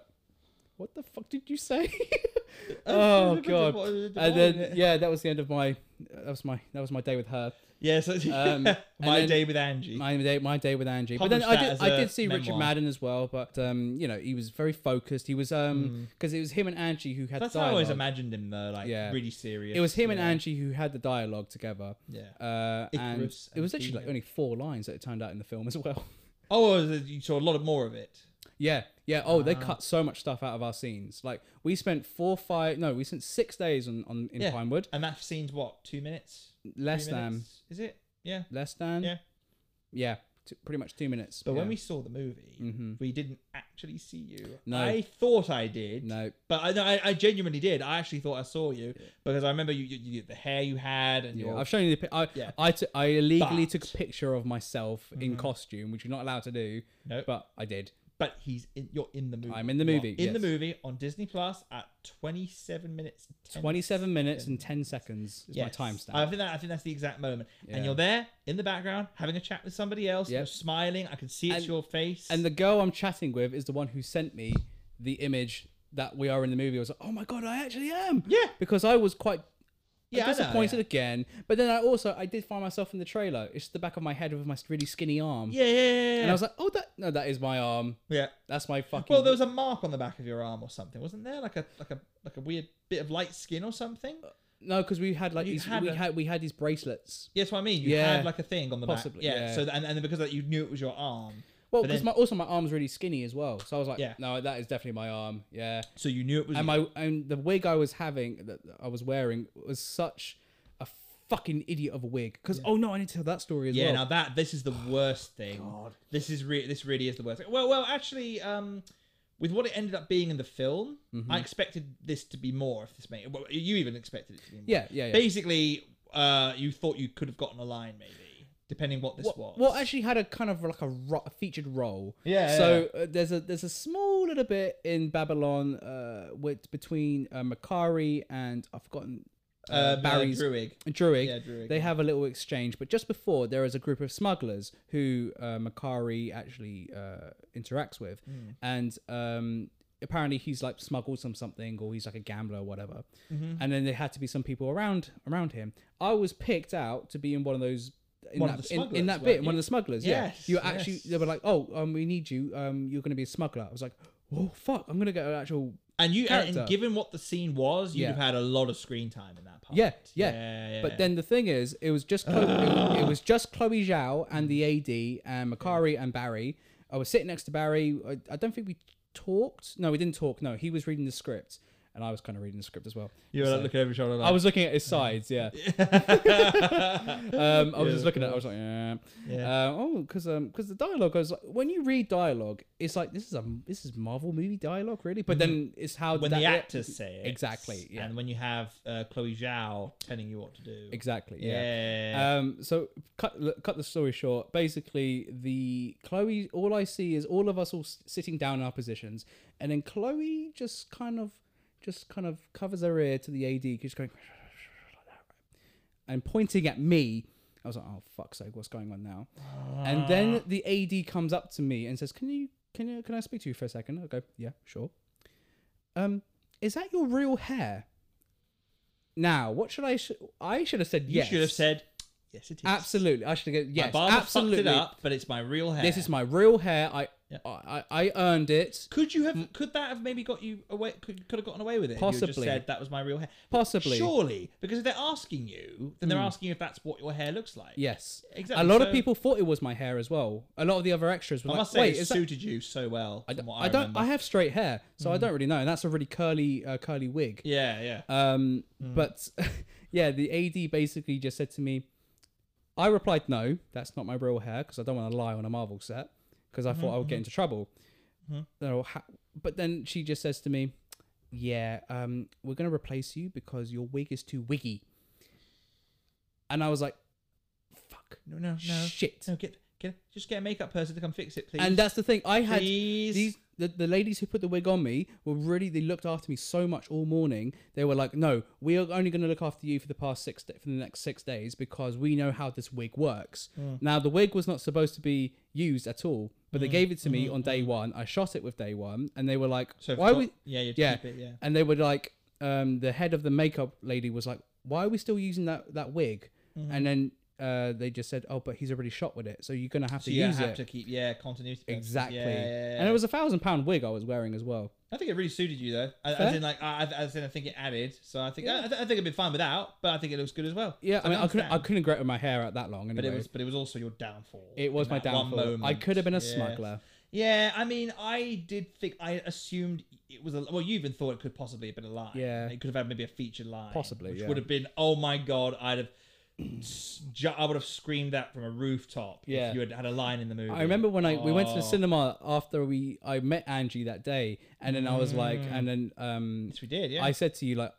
"What the fuck did you [laughs] say?" [laughs] oh god and then yeah that was the end of my that was my that was my day with her yeah. So, [laughs] Um, and my then- day with Angie. my day my day with angie but then i Published that did as i a did see richard memoir. madden as well but um you know he was very focused he was um because it was him and angie who had Hmm. That's how I dialogue. always imagined him though, like Yeah. really serious. it was him and yeah. angie who had the dialogue together Yeah. uh, and Icarus it was and actually like Phoebe. only four lines that it turned out in the film as well. Oh, it was- you saw a lot of more of it. yeah, yeah. Oh, they cut so much stuff out of our scenes. Like we spent four, five, no, we spent six days on, on in Yeah. Pinewood. And that scene's what two minutes? Less Three than, minutes? Is it? Yeah. less than, Yeah. yeah, t- pretty much two minutes. But yeah. when we saw the movie, Mhm. we didn't actually see you. No. I thought I did. no, But I, no, I, I genuinely did. I actually thought I saw you because I remember you, you, you the hair you had and Yeah, your. I've shown you the. pi- I Yeah. I t- I illegally But- took Mm-hmm. a picture of myself in costume, which you're not allowed to do. No. but I did. but he's in, you're in the movie. I'm in the You are movie, In the yes. movie on Disney Plus at 27 minutes. 10 Twenty-seven minutes and ten seconds is Yes. my timestamp. I think that I think that's the exact moment. Yeah. And you're there in the background having a chat with somebody else. Yep. You're smiling. I can see it's And- your face. and the girl I'm chatting with is the one who sent me the image that we are in the movie. I was like, oh my god, I actually am. Yeah. because I was quite. Yeah, I know, disappointed yeah. again, but then I also I did find myself in the trailer. It's the back of my head with my really skinny arm, yeah, yeah, yeah, yeah. and I was like, "Oh, that no, that is my arm. yeah. That's my fucking." Well, there was a mark on the back of your arm or something, wasn't there? Like a like a like a weird bit of light skin or something. Uh, no, because we had like You these, had we a- had we had these bracelets Yes, what I mean. You Yeah. had like a thing on the Possibly, back. Yeah. yeah. So th- and and then because of that you knew it was your arm. Well, But because my, then- also my arm's really skinny as well, so I was like, Yeah. no, that is definitely my arm. Yeah, So you knew it was. and you. my and the wig I was having that I was wearing was such a fucking idiot of a wig. Because oh no, I need to tell that story as yeah. well. Oh, Now that this is the worst thing. This is re- this really is the worst. Thing. Well, well, actually, um, with what it ended up being in the film, Mm-hmm. I expected this to be more. If this made well, you even expected it to be more. yeah, yeah, yeah. Basically, uh, you thought you could have gotten a line maybe, depending what this was. What, what actually had a kind of like a, ro- a featured role. Yeah, So Uh, there's a there's a small little bit in Babylon uh, with between uh, Makari and I've forgotten uh, uh, Barry's Druig. Druig. Yeah, Druig. They have a little exchange, but just before there is a group of smugglers who uh, Makari actually uh, interacts with, Hmm. and um, apparently he's like smuggled some something, or he's like a gambler or whatever. Mm-hmm. And then there had to be some people around around him. I was picked out to be in one of those. In One that, of the in, in smugglers, that bit, weren't one of you? the smugglers. Yeah, Yes, you were actually. yes. They were like, "Oh, um, we need you. Um, you're going to be a smuggler." I was like, "Oh fuck, I'm going to get an actual." And you, and- character. and given what the scene was, you'd Yeah. have had a lot of screen time in that part. Yeah, yeah. yeah, But then the thing is, it was just Chloe, it, it was just Chloe Zhao and the AD and Makari and Barry. I was sitting next to Barry. I, I don't think we talked. No, we didn't talk. No, he was reading the script, and I was kind of reading the script as well. you were So- like looking over your shoulder. Like, I was looking at his sides. [laughs] Yeah. um, I was just looking at. it. I was like, yeah. Yeah. Uh, oh, because because the dialogue goes like, when you read dialogue, it's like this is a this is Marvel movie dialogue, really. But then it's how Mm-hmm. when that- the actors say it Exactly, yeah. and when you have uh, Chloe Zhao telling you what to do. Exactly. yeah. Yeah. Um, so cut cut the story short. Basically, the Chloe. All I see is all of us all s- sitting down in our positions, and then Chloe just kind of, just kind of covers her ear to the AD, just going [laughs] and pointing at me. I was like, "Oh fuck's sake, what's going on now?" And Ah. then the AD comes up to me and says, "Can you, can you, can I speak to you for a second? I go, "Yeah, sure." Um, is that your real hair? Now, what should I? Sh- I should have said you yes. should have said yes. It is Absolutely, I should get My yes. barber absolutely, fucked it up, but it's my real hair. this is my real hair. I, Yeah. I, I, I earned it. Could you have? Could that have maybe got you away? Could could have gotten away with it? if You had just Possibly. said that was my real hair. Possibly. Hmm. Surely, because if they're asking you, then they're asking you if that's what your hair looks like. Yes, Exactly, A lot so- of people thought it was my hair as well. A lot of the other extras were I like, must say, "Wait, it is that?" suited you so well. I from don't. what I, don't- remember. Hmm. I have straight hair, so I don't really know. And that's a really curly, uh, curly wig. Yeah, yeah. Um, Mm. but [laughs] yeah, the AD basically just said to me, I replied, no, that's not my real hair because I don't want to lie on a Marvel set because I Mm-hmm, thought I would get into trouble. So ha- But then she just says to me, yeah, um, we're going to replace you because your wig is too wiggy. And I was like, fuck, No, no, no. shit. No, get, get, just get a makeup person to come fix it, please. And that's the thing. I had Please. these the, the ladies who put the wig on me were really they looked after me so much all morning. They were like, "No, we are only going to look after you for the past six da for the next six days because we know how this wig works." Mm. Now the wig was not supposed to be used at all, but they gave it to me on day one. I shot it with day one, and they were like, Mm-hmm. so if "Why you got- we?" Yeah, you Yeah. keep it. Yeah. And they were like, um, the head of the makeup lady was like, "Why are we still using that that wig?" Mm-hmm. And then. Uh, they just said, "Oh, but he's already shot with it, so you're gonna have to So you use have it." to keep yeah continuity. purposes. Exactly. Yeah, yeah, yeah. And it was a thousand pound wig I was wearing as well. I think it really suited you though. I, Fair. as in like I, I- as in I think it added. So I think I, Yeah. I, think it'd be fine without, but I think it looks good as well. Yeah, So I mean, I couldn't, understand. I couldn't grow it with my hair out that long. Anyway. But it was, but it was also your downfall. in my that one downfall. I moment. could have been a Yeah. smuggler. Yeah, I mean, I did think I assumed it was a well. You even thought it could possibly have been a line. Yeah. it could have had maybe a featured line, Possibly, which yeah. would have been. Oh my god, I'd have, s- ju- I would have screamed that from a rooftop. Yeah. if you had had a line in the movie. I remember when I we went to the Oh. cinema after we I met Angie that day, and then I was like, and then um, Yes, we did. Mm. Yeah. I said to you like,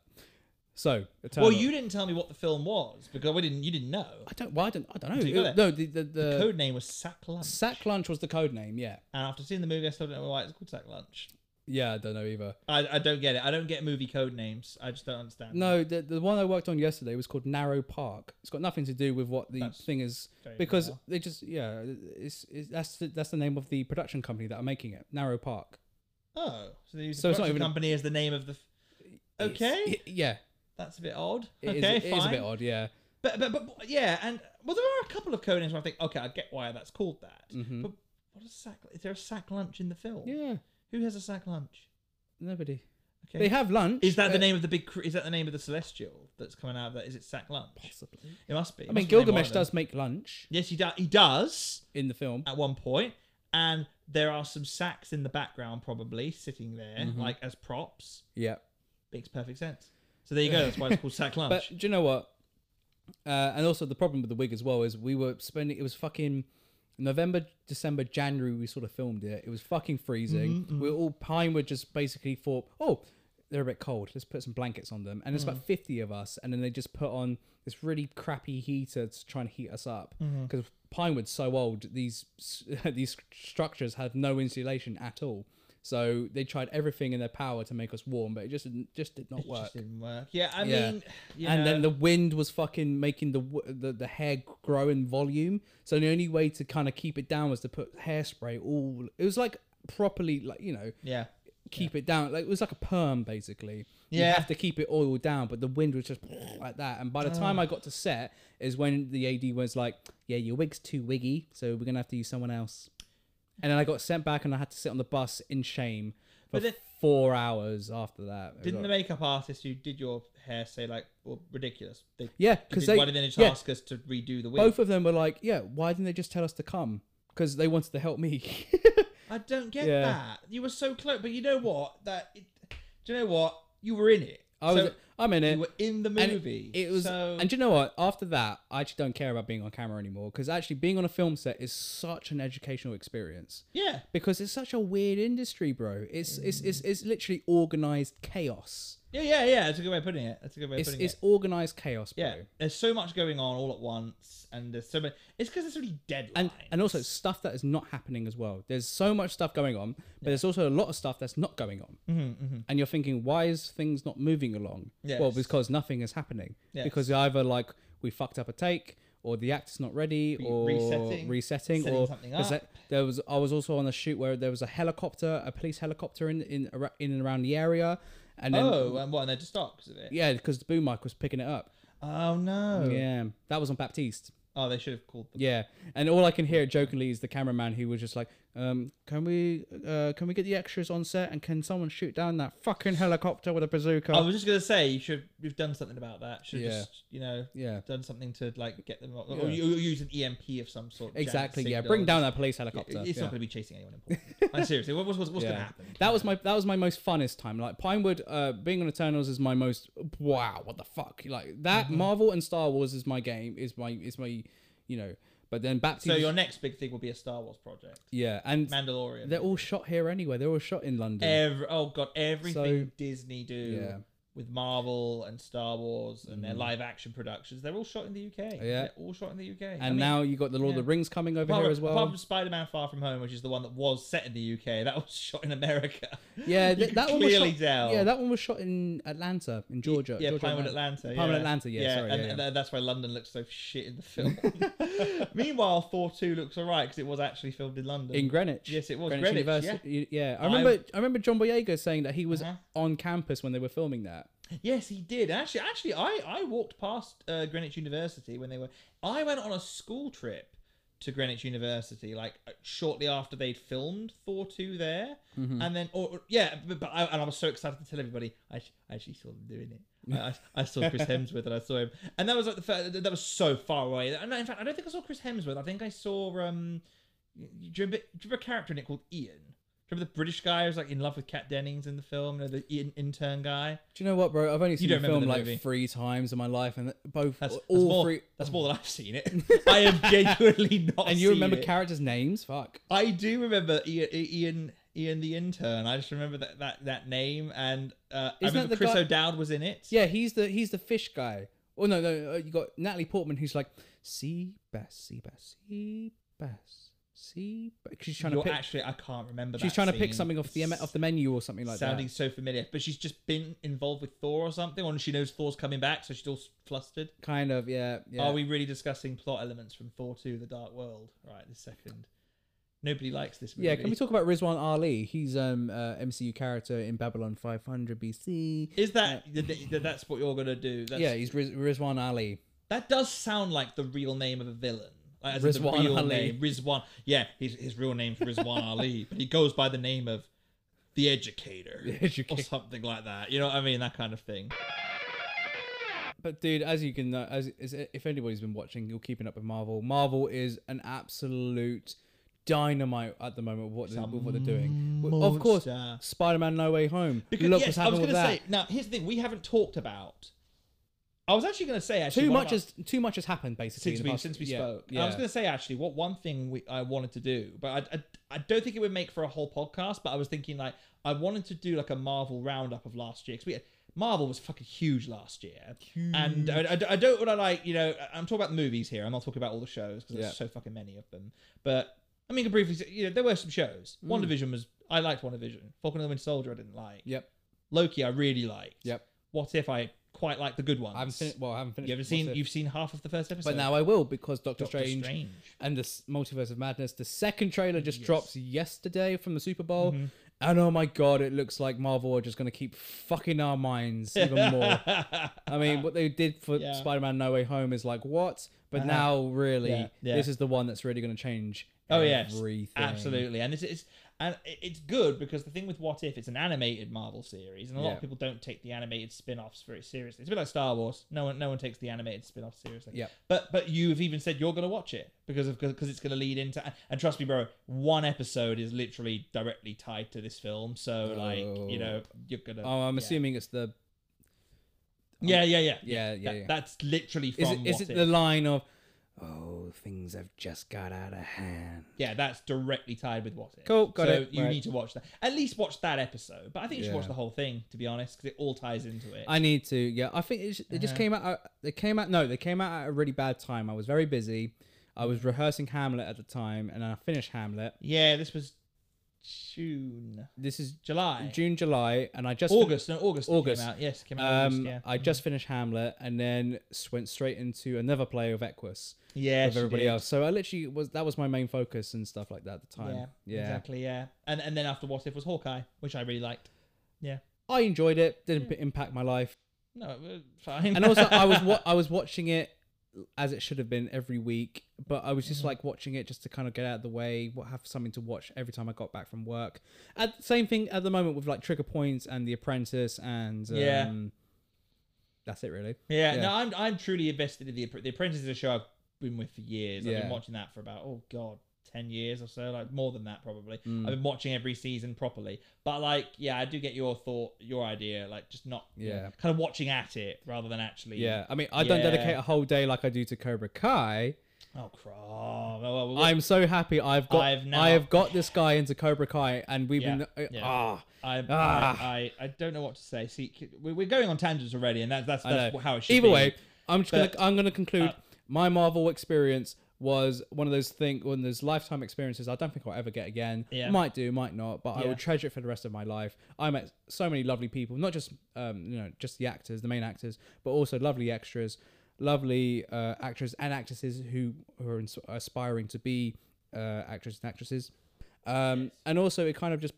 so well, Eternal- you didn't tell me what the film was because we didn't. You didn't know. I don't, well, I don't, I don't Until you know. got It- no, the the, the, The code name was Sack Lunch, sack lunch was the code name. Yeah, and after seeing the movie, I still don't know why it's called Sack Lunch. yeah, I don't know either. I, I don't get it. I don't get movie code names. I just don't understand. No, the the one I worked on yesterday was called Narrow Park. It's got nothing to do with what the That's thing is very because bizarre. they just yeah, it's, it's that's the, that's the name of the production company that are making it. Narrow Park. Oh, so they use So the it's not production even a- company as the name of the. F- It's- okay. y- yeah. That's a bit odd. It is okay, it fine. is a bit odd. Yeah. But, but but but- yeah, and well, there are a couple of code names where I think, okay, I get why that's called that. But what a sack! Is there a sack lunch in the film? Mm. Mm-hmm. Yeah. Who has a sack lunch? Nobody. Okay. They have lunch. is that the uh, name of the big? cr- Is that the name of the celestial that's coming out of that? Is it sack lunch? Possibly. It must be. It I mean, must be the name of one Gilgamesh of them. does make lunch Yes, he does. He does in the film. at one point, and there are some sacks in the background probably sitting there Mm-hmm. like as props. Yeah. Makes perfect sense. So there you go. That's why it's called sack lunch. [laughs] But do you know what? Uh, and also the problem with the wig as well is we were spending. It was fucking November, December, January. We sort of filmed it. It was fucking Mm-hmm, freezing. We were all Pinewood just basically thought, oh, they're a bit cold. Let's put some blankets on them. And there's Mm. about fifty of us, and then they just put on this really crappy heater to try and heat us up Mm-hmm. because Pinewood's so old. These [laughs] s- these structures have no insulation at all. So they tried everything in their power to make us warm, but it just didn't- just did not It work just didn't work. Yeah, I Yeah. mean, you and then know, the wind was fucking making the, w- the the hair grow in volume. So the only way to kind of keep it down was to put hairspray all. It was like properly, like you know, yeah, keep it down. Like it was like a perm basically. You Yeah. have to keep it oiled down, but the wind was just [sniffs] like that. And by the time I got to set, is when the AD was like, "Yeah, your wig's too wiggy, so we're gonna have to use someone else." And then I got sent back, and I had to sit on the bus in shame for But then- four hours after that. It was didn't the like- makeup artist who did your hair say like, "Well, ridiculous"? They, yeah, because because they why did they just yeah, ask us to redo the wig? both of them were like, "Yeah, why didn't they just tell us to come?" Because they wanted to help me. [laughs] I don't get Yeah. that. You were so close, but you know what? That it, do you know what? You were in it. I was, So I'm in you it. were in the And it- movie. it, was, So, and do you know what? After that, I actually don't care about being on camera anymore because actually being on a film set is such an educational experience yeah, because it's such a weird industry, bro. It's it's it's, it's literally organized chaos. yeah, yeah, yeah. That's a good way of putting it. That's a good way of It's putting it's it. organized chaos, bro. Yeah, there's so much going on all at once, and there's so much. It's because there's so many deadlines. and and also stuff that is not happening as well. There's so much stuff going on, but there's also a lot of stuff that's not going on. And you're thinking, why is things not moving along? Well, Mm-hmm, Yes. because nothing is happening. Yes. Because either like we fucked up a take, or the actor's not ready, or resetting, resetting, setting or something 'cause up. that- there was I was also on a shoot where there was a helicopter, a police helicopter in in ar- in and around the area, and then oh, and what? And they're just stopped because of it. yeah, because the boom mic was picking it up. Oh no. Yeah, that was on Baptiste. Oh, they should have called them. Yeah, and all I can hear jokingly is the cameraman who was just like, um, "Can we, uh, can we get the extras on set and can someone shoot down that fucking helicopter with a bazooka?" I was just gonna say you should you've done something about that. Should have Yeah. just you know yeah, done something to like get them or, or Yeah. you, you use an EMP of some sort. jam exactly. Yeah, signal. bring down that police It- helicopter. It's yeah. not gonna be chasing [laughs] anyone important. like, seriously, what, what's what's, what's gonna Yeah. happen? That was my that was my most funnest time. Like Pinewood, uh, being on Eternals is my most wow. What the fuck? Like that Mm-hmm. Marvel and Star Wars is my game. Is my is my, you know. But then Baptiste. So your next big thing will be a Star Wars project, yeah, and Mandalorian. they're all shot here anyway. They're all shot in London. Every, oh god, everything So- Disney do Yeah. Mm. with Marvel and Star Wars and their live action productions, they're all shot in the UK. Yeah. they're all shot in the UK. and now you got the Lord of yeah. the Rings coming over here as well. Apart from Spider-Man: Far From Home, which is the one that was set in the UK, that was [laughs] shot in America. Yeah, You th- can that one was clearly shot, tell. Yeah, that one was shot in Atlanta, in Georgia. yeah, Georgia Pinewood Atlanta. Atlanta. Pinewood yeah. Atlanta, yeah, sorry, and yeah, yeah. th- that's why London looks so [laughs] shit in the film. [laughs] Meanwhile, Thor Two looks alright because it was actually filmed in London. in Greenwich. Yes, it was. Greenwich, University. Yeah, I I- remember. I, remember John Boyega saying that he was Uh-huh. on campus when they were filming that. yes, he did. Actually, actually, I I walked past uh, Greenwich University when they were. I went on a school trip to Greenwich University like uh, shortly after they'd filmed Thor Two there, and then or or- yeah, but, but I, and I was so excited to tell everybody I, actu- I actually saw them doing it. I, I, I saw Chris Hemsworth and I saw him, and that was like the first, that was so far away. And in fact, I don't think I saw Chris Hemsworth. I think I saw um, do you remember, do you remember a character in it called Ian? Do you remember the British guy who's like in love with Kat Dennings in the film? You know, the Ian intern guy. Do you know what, bro? I've only seen don't the remember film the like movie. three times in my life, and both That's, that's all more. three. That's more than I've seen it. [laughs] I have genuinely not. And you seen remember it. characters' names? Fuck. I do remember Ian, Ian, Ian the intern. I just remember that that, that name, and uh, I Isn't that remember the Chris guy- O'Dowd was in it. Yeah, he's the he's the fish guy. Oh no, no, uh, you got Natalie Portman who's like sea bass, sea bass, sea bass, sea bass. She's trying You're to pick. actually I can't remember. She's that trying to pick scene. something off the em- off the menu or something like that. sounding so familiar, but she's just been involved with Thor or something, or she knows Thor's coming back, so she's all flustered. Kind of, yeah. yeah. Are we really discussing plot elements from Thor 2 The Dark World right this second? Nobody likes this movie. Yeah, can we talk about Rizwan Ali? He's um uh, MCU character in Babylon 500 BC. Is that th- th- th- that's what you're gonna do? That's, yeah, he's Riz- Rizwan Ali. that does sound like the real name of a villain. Like, as in the Rizwan real Ali. Name, Rizwan. Yeah, his his real name's Rizwan [laughs] Ali, but he goes by the name of the Educator, The Educator. or something like that. You know what I mean? That kind of thing. But dude, as you can know, as, as if anybody's been watching, you're keeping up with Marvel. Marvel is an absolute dynamite at the moment with what, they, Some with what they're doing. Well, Of course, monster. Spider-Man: No Way Home. Because Look yes, what's I was happened going with that. to say. Now, here's the thing: we haven't talked about. I was actually going to say actually too one much of my- has too much has happened basically since in the we past- since we yeah, spoke. And Yeah. I was going to say actually what one thing we I wanted to do, but I, I I don't think it would make for a whole podcast. But I was thinking like I wanted to do like a Marvel roundup of last year because we had, Marvel was fucking huge last year, and I, I- I don't want to like you know I- I'm talking about the movies here. I'm not talking about all the shows because there's Yeah. so fucking many of them. But I mean, briefly, say, you know, there were some shows. Mm. One Division was I liked One Division. Falcon and the Winter Soldier I didn't like. Yep. Loki I really liked. Yep. What if I quite like the good ones? I haven't finished. Well, I haven't finished. You haven't What's seen. it? You've seen half of the first episode. But now I will because Doctor, Doctor Strange, Strange. and the s- Multiverse of Madness. The second trailer just drops yesterday from the Super Bowl, Mm-hmm. and oh my god, it looks like Marvel are just going to keep fucking our minds [laughs] even more. I mean, what they did for Yeah. Uh-huh. Spider-Man: No Way Home is like what, but now really, Yeah, yeah. this is the one that's really going to change. Oh yes, everything. absolutely. And it's, it's and it- it's good because the thing with What If it's an animated Marvel series, and a lot Yeah. of people don't take the animated spin-offs very seriously. It's a bit like Star Wars. No one no one takes the animated spin-off seriously. Yep. But but you've even said you're going to watch it because of because it's going to lead into and trust me, bro. One episode is literally directly tied to this film, so like you know you're gonna. Oh, I'm yeah. assuming it's the Yeah, yeah, yeah, yeah yeah. That- yeah. That's literally from Is it, is What it If. the line of oh things have just got out of hand? Yeah, that's directly tied with what if. Cool, got so it, You right. need to watch that. At least watch that episode. But I think you should Yeah. watch the whole thing to be honest, because it all ties into it. I need to. Yeah, I think it, it just Uh-huh. came out. uh, They came out. No, they came out at a really bad time. I was very busy. I was rehearsing Hamlet at the time, and I finished Hamlet. yeah, this was June, This is July, June, July, and I just August. No, August. it August. Came out. Yes, it came out. Um, August, yeah. I just finished Hamlet, and then s- went straight into another play of Equus yeah with she everybody Mm-hmm. did. else. So I literally was that was my main focus and stuff like that at the time. Yeah, Yeah, exactly. Yeah, and and then after What If was Hawkeye, which I really liked. I enjoyed it. Didn't p- impact my life, No, it was [laughs] fine. and also [laughs] I was wa- I was watching it as it should have been every week, but I was Mm-hmm. just like watching it just to kind of get out of the way, what have something to watch every time I got back from work. And same thing at the moment with like Trigger Points and The Apprentice and um, Yeah. that's it really. Yeah, Yeah. no, I'm I'm truly invested in the Appre- the Apprentice is a show I've been with for years. I've Yeah. been watching that for about oh god, ten years or so, like more than that probably. Mm. I've been watching every season properly, but like yeah, I do get your thought, your idea, like just not you know, Yeah. kind of watching at it rather than actually Yeah, I mean I don't Yeah. dedicate a whole day like I do to Cobra Kai. Oh crap! Oh, well, well, I'm so happy I've got I've now- I have got this guy into Cobra Kai and we've Yeah, been yeah. ah I, I, Ah. I I don't know what to say. See, we- we're going on tangents already, and that's that's, I know. that's how it should Either be. way, I'm just But- uh, gonna I'm gonna conclude my Marvel experience was one of those things, one of those lifetime experiences I don't think I'll ever get again. Yeah. Might do, might not, but I Yeah. will treasure it for the rest of my life. I met so many lovely people, not just um, you know, just the actors, the main actors, but also lovely extras, lovely uh, actors and actresses who, who are ins- aspiring to be uh, actors and actresses. Um, and also it kind of just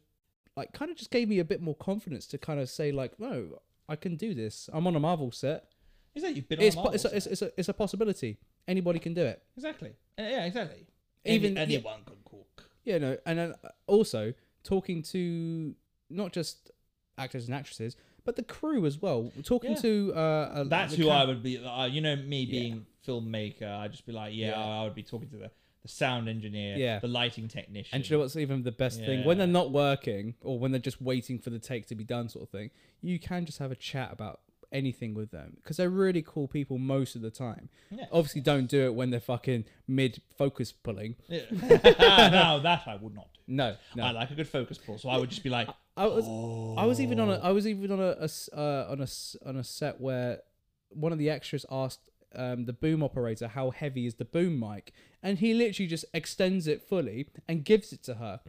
like kind of just gave me a bit more confidence to kind of say like, no, I can do this. I'm on a Marvel set is that you've been it's, on po- Marvel it's, a, it's, set? it's, a, it's a possibility. Anybody can do it. exactly Uh, yeah exactly. Even- Any, anyone can cook. You know, and then uh, also talking to not just actors and actresses, but the crew as well. Talking Yeah. to uh, uh, That's the who cast- I would be. Uh, you know, me being filmmaker, I'd just be like, yeah, Yeah. I would be talking to the, the sound engineer, Yeah. the lighting technician. And do you know what's even the best thing? When they're Yeah. not working or when they're just waiting for the take to be done, sort of thing, you can just have a chat about anything with them because they're really cool people most of the time. Yeah. Obviously, don't do it when they're fucking mid focus pulling. [laughs] Yeah. [laughs] no, that I would not do. No, no. I like a good focus pull, so I would just be like, I was I was even on Oh. a I was even on a, a s- uh, on a s- on a set where one of the extras asked um, the boom operator how heavy is the boom mic, and he literally just extends it fully and gives it to her,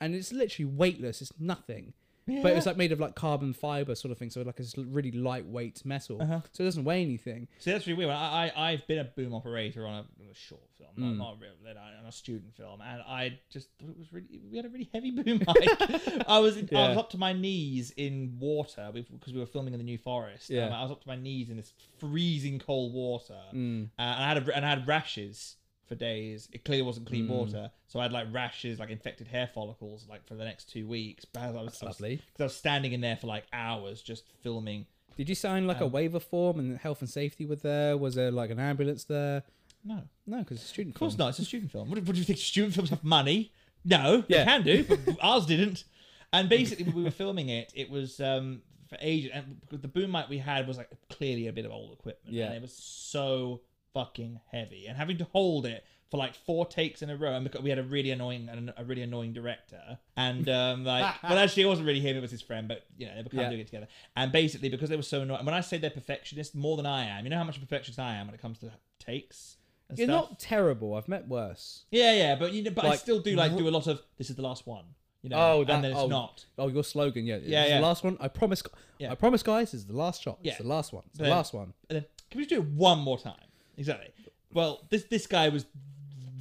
and it's literally weightless. It's nothing. But it's like made of like carbon fiber sort of thing, so like it's really lightweight metal, Uh-huh. so it doesn't weigh anything. see, that's really weird. I, I I've been a boom operator on a, on a short film, Hmm. not, not a real, then I- on a student film, and I just thought it was really. We had a really heavy [laughs] boom mic. I was in, I was Yeah. up to my knees in water because we were filming in the New Forest. Yeah. Um, I was up to my knees in this freezing cold water. Hmm. Uh, and I had a, and I had rashes for days. It clearly wasn't Hmm. clean water, so I had like rashes, like infected hair follicles, like for the next two weeks. But I was, I was, lovely. 'cause I was standing in there for like hours just filming. Did you sign like a waiver form and health and safety were there? Was there like an ambulance there? No, No, because it's a student. of course not. It's a student film. What, do- what do you think? Student films have money? No, Yeah. they can do, [laughs] but ours didn't. And basically, when we were filming it, it was um, for ages. And the boom mic we had was like clearly a bit of old equipment. Yeah. And it was so fucking heavy. And having to hold it for like four takes in a row, and because we had a really annoying a really annoying director, and [laughs] um, like, well, actually, it wasn't really him; it was his friend. But you know, they were kind Yeah. of doing it together. And basically, because they were so annoying, and when I say they're perfectionists more than I am, you know how much of a perfectionist I am when it comes to takes. And You're stuff? not terrible. I've met worse. Yeah, yeah, but you know, but I Like, still do like do a lot of this is the last one, you know, Oh, that- and then it's oh. not. Oh, your slogan, yeah, Yeah, this is yeah. The last one. I promise. gu- Yeah. I promise, guys. This is the last shot. Yeah. It's the last one. It's the Yeah. last one. And then can we just do it one more time? Exactly. Well, this this guy was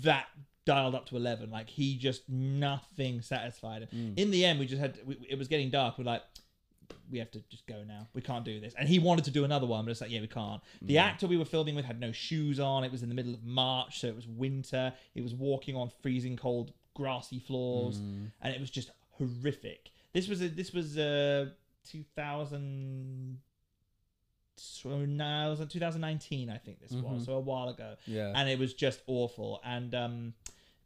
that dialed up to eleven. Like he just nothing satisfied him. In the end, we just had we, it was getting dark. We're like. We have to just go now. We can't do this. And he wanted to do another one, but it's like, yeah, we can't. The actor we were filming with had no shoes on. It was in the middle of March, so it was winter. He was walking on freezing cold, grassy floors, and it was just horrific. This was a this was uh, a 2000 so now it was in 2019 i think this was Mhm. so a while ago Yeah. and it was just awful and um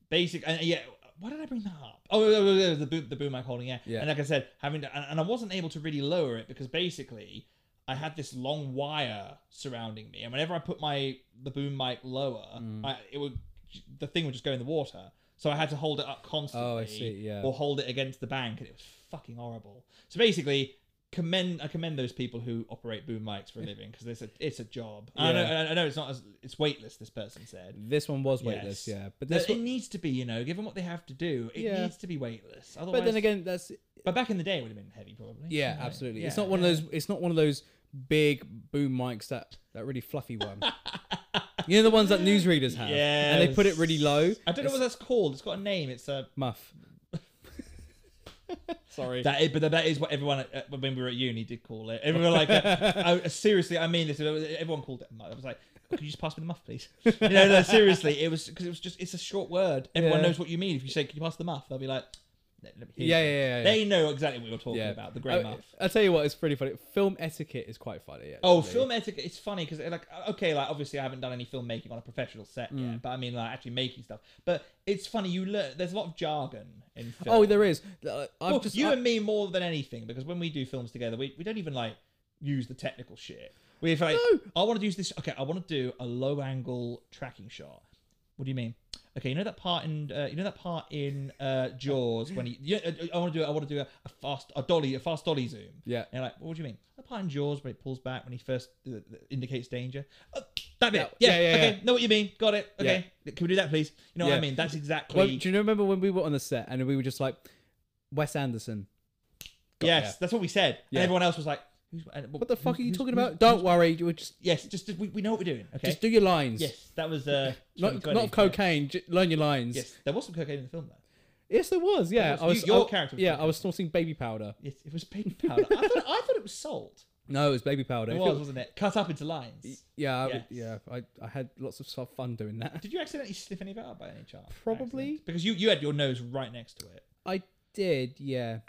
basic and yeah why did i bring that up oh yeah, yeah, yeah, the boom the boom mic holding yeah. Yeah. and like i said having to and, and i wasn't able to really lower it because basically i had this long wire surrounding me and whenever i put my the boom mic lower Mm. I, it would the thing would just go in the water so i had to hold it up constantly Oh, see, yeah. or hold it against the bank and it was fucking horrible so basically commend I commend those people who operate boom mics for a living because it's a it's a job. I know Yeah. I know it's not as it's weightless. This person said. this one was Yes. weightless. Yeah, but That this. it One, needs to be, you know, given what they have to do, it Yeah. needs to be weightless. Otherwise, but then again, that's but back in the day, it would have been heavy, probably. yeah, Right. absolutely. it's Yeah, not one yeah. of those. It's not one of those big boom mics that that really fluffy [laughs] one. you know the ones that newsreaders have. and they put it really low. I don't know what that's called. It's got a name. It's uh, a Muff. Sorry. That is, but that is what everyone uh, when we were at uni did call it. Everyone [laughs] like, uh, I, seriously, I mean this. Everyone called it. muff. I was like, could you just pass me the muff, please? [laughs] You know, no, seriously, it was because it was just it's a short word. Everyone Yeah. knows what you mean. If you say, "Can you pass the muff?" They'll be like, "Let- let me hear yeah, yeah, you." yeah. yeah. They know exactly what you're talking yeah. Oh, about. The grey I- muff. I'll tell you what, it's pretty funny. Film etiquette is quite funny. Oh, actually. film etiquette. It's funny because like okay, like obviously I haven't done any filmmaking on a professional set Mm. yet, but I mean like actually making stuff. But it's funny. You learn. There's a lot of jargon in film. Oh, there is. Uh, I've Well, just Oh, you I- and me more than anything because when we do films together, we, we don't even like use the technical shit. We're like, No. I want to use this. Okay, I want to do a low angle tracking shot. What do you mean? Okay, you know that part in uh, you know that part in uh, [laughs] Jaws when he, you know, I want to do I want to do a, a fast a dolly a fast dolly zoom. Yeah. And you're like, what do you mean? The part in Jaws when it pulls back when he first uh, indicates danger. Oh, that bit. Yeah, Yeah. yeah, yeah, okay. yeah. Know what you mean? Got it. Okay. Can we do that, please? You know what Yeah. I mean? That's exactly. Well, do you remember when we were on the set and we were just like Wes Anderson? Got yes, ya. that's what we said. Yeah. And everyone else was like, Who's, and- What the who- fuck are you who's- talking who's- about? Don't worry, you were just Yes, just just- we, we know what we're doing. mm, Okay. just do your lines. yes, that was uh, Not, 2020, not cocaine. j learn your lines. yeah. Yes, there was some cocaine in the film though. Yes, there was. Yeah, was. I was. You- your I- character was Yeah, doing I was snorting baby powder. Yes, it was baby [laughs] powder. I, thought, I thought it was salt. No, it was baby powder. It If was, wasn't it? Cut up into lines. yeah, I, would- yeah. Yes. I, I had lots of sort of fun doing that. Did you accidentally sniff any of it up by any chance? by Probably. accident? because you you had your nose right next to it. I did. Yeah.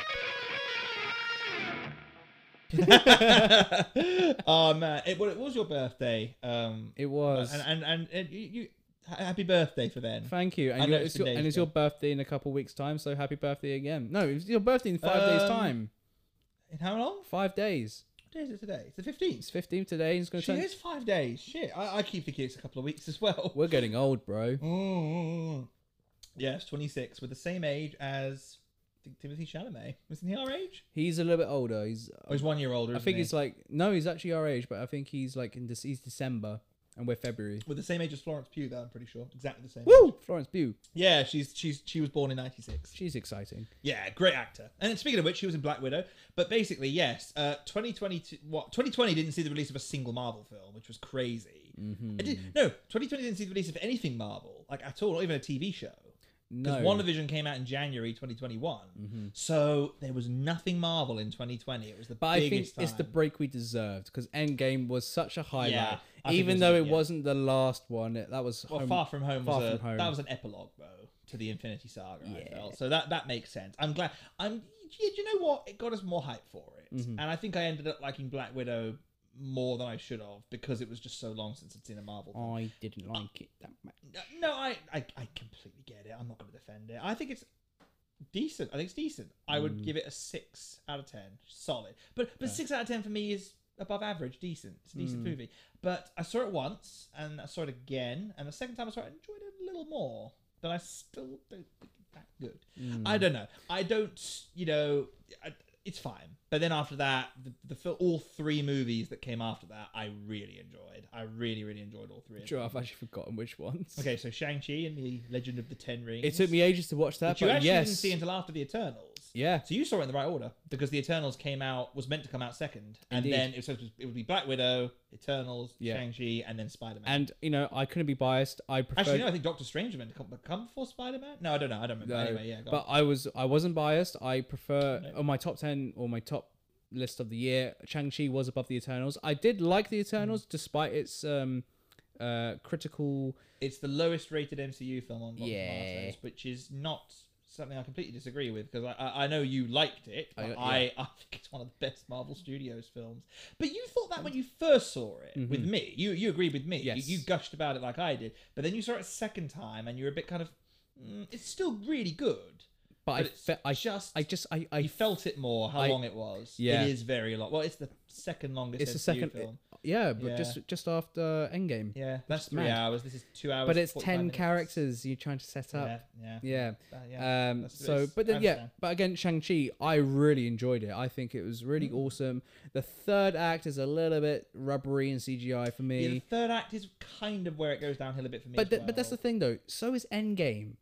[laughs] oh man, it, well, it was your birthday. Um, It was. and and and, and you, you ha- happy birthday for then. Thank you. I And, you know it's it's your, a and day it's your still. birthday in a couple weeks' time, so happy birthday again. No, it's your birthday in five days' Um, time. In how long? Five days. What day is it today? It's the fifteenth. It's 15 today. And it's going to She turn. is five days. Shit, I, I keep thinking it's a couple of weeks as well. [laughs] We're getting old, bro. Mm. Yes, 26. We're the same age as I think, Timothy Chalamet. Isn't he our age? He's a little bit older. He's. Or Uh, he's one year older. I isn't think he? he's like no, he's actually our age, but I think he's like in this. He's December, and we're February. We're the same age as Florence Pugh, though, I'm pretty sure. Exactly the same. Woo! Florence Pugh. Yeah, she's she's she was born in 96. She's exciting. Yeah, great actor. And speaking of which, she was in Black Widow. But basically, yes, uh, 2022, what 2020 didn't see the release of a single Marvel film, which was crazy. Mm-hmm. It did- no, 2020 didn't see the release of anything Marvel, like at all, not even a TV show. Because No. Mm-hmm. WandaVision came out in January 2021, so there was nothing Marvel in 2020. It was the But I think biggest it's the time. break we deserved because Endgame was such a highlight. Yeah, I think it Even was though a- it yeah. wasn't the last one, it, that was Well, home- Far From Home Far was a, From Home. that was an epilogue, bro, to the Infinity Saga. I felt so that that makes sense. I'm glad. Mm-hmm. I'm. Yeah, do you know what? It got us more hype for it, and I think I ended up liking Black Widow more than I should have because it was just so long since I'd seen a Marvel. Film. I didn't like it that much. No, no, I, I I completely get it. I'm not going to defend it. I think it's decent. I think it's decent. I would Mm. give it a six out of ten, solid. But but Okay. six out of ten for me is above average, decent. It's a decent Mm. movie. But I saw it once, and I saw it again, and the second time I saw it, I enjoyed it a little more. But I still don't think it's that good. Mm. I don't know. I don't. You know, I, it's fine. But then after that, the, the fil- all three movies that came after that, I really enjoyed. I really really enjoyed all three. of Sure, them. I've actually forgotten which ones. Okay, so Shang Chi and the Legend of the Ten Rings. It took me ages to watch that, Which you but actually yes, didn't see until after the Eternals. yeah, So you saw it in the right order because the Eternals came out was meant to come out second, and Indeed. then it was supposed to, it would be Black Widow, Eternals, Yeah. Shang Chi, and then Spider Man. and you know I couldn't be biased. I preferred, Actually, no, I think Doctor Strange meant to come, come before Spider Man. No, I don't know. I don't remember. No, anyway, yeah, go but I was I wasn't biased. I prefer No. on my top ten or my top list of the year. Chang Chi was above the Eternals. I did like the Eternals Hmm. despite its um uh critical. It's the lowest rated MCU film on Rotten Yeah. Tomatoes, which is not something I completely disagree with because I, I I know you liked it. But I- I, yeah. [laughs] I think it's one of the best Marvel Studios films. But you thought that when you first saw it with me, you you agreed with me. You- Mm-hmm. Yes. You, gushed about it like I did, but then you saw it a second time and you were a bit kind of. Mm, it's still really good. But, I But it's fe- I just- I just I I You felt it more how I- long it was. Yeah. it is very long. Well, it's the second longest it's MCU the second film. yeah, but Yeah. just just after Endgame. Yeah, that's is three mad. hours. This is two hours. but it's 45 ten minutes. characters you're trying to set up. Yeah, yeah, Yeah. Uh, um, that's- so, it's- but I then, yeah, understand. but again, Shang-Chi, I really enjoyed it. I think it was Hmm. really awesome. The third act is a little bit rubbery and CGI for me. Yeah, the third act is kind of where it goes downhill a bit for me. but as th- but that's the well. thing though. So is Endgame.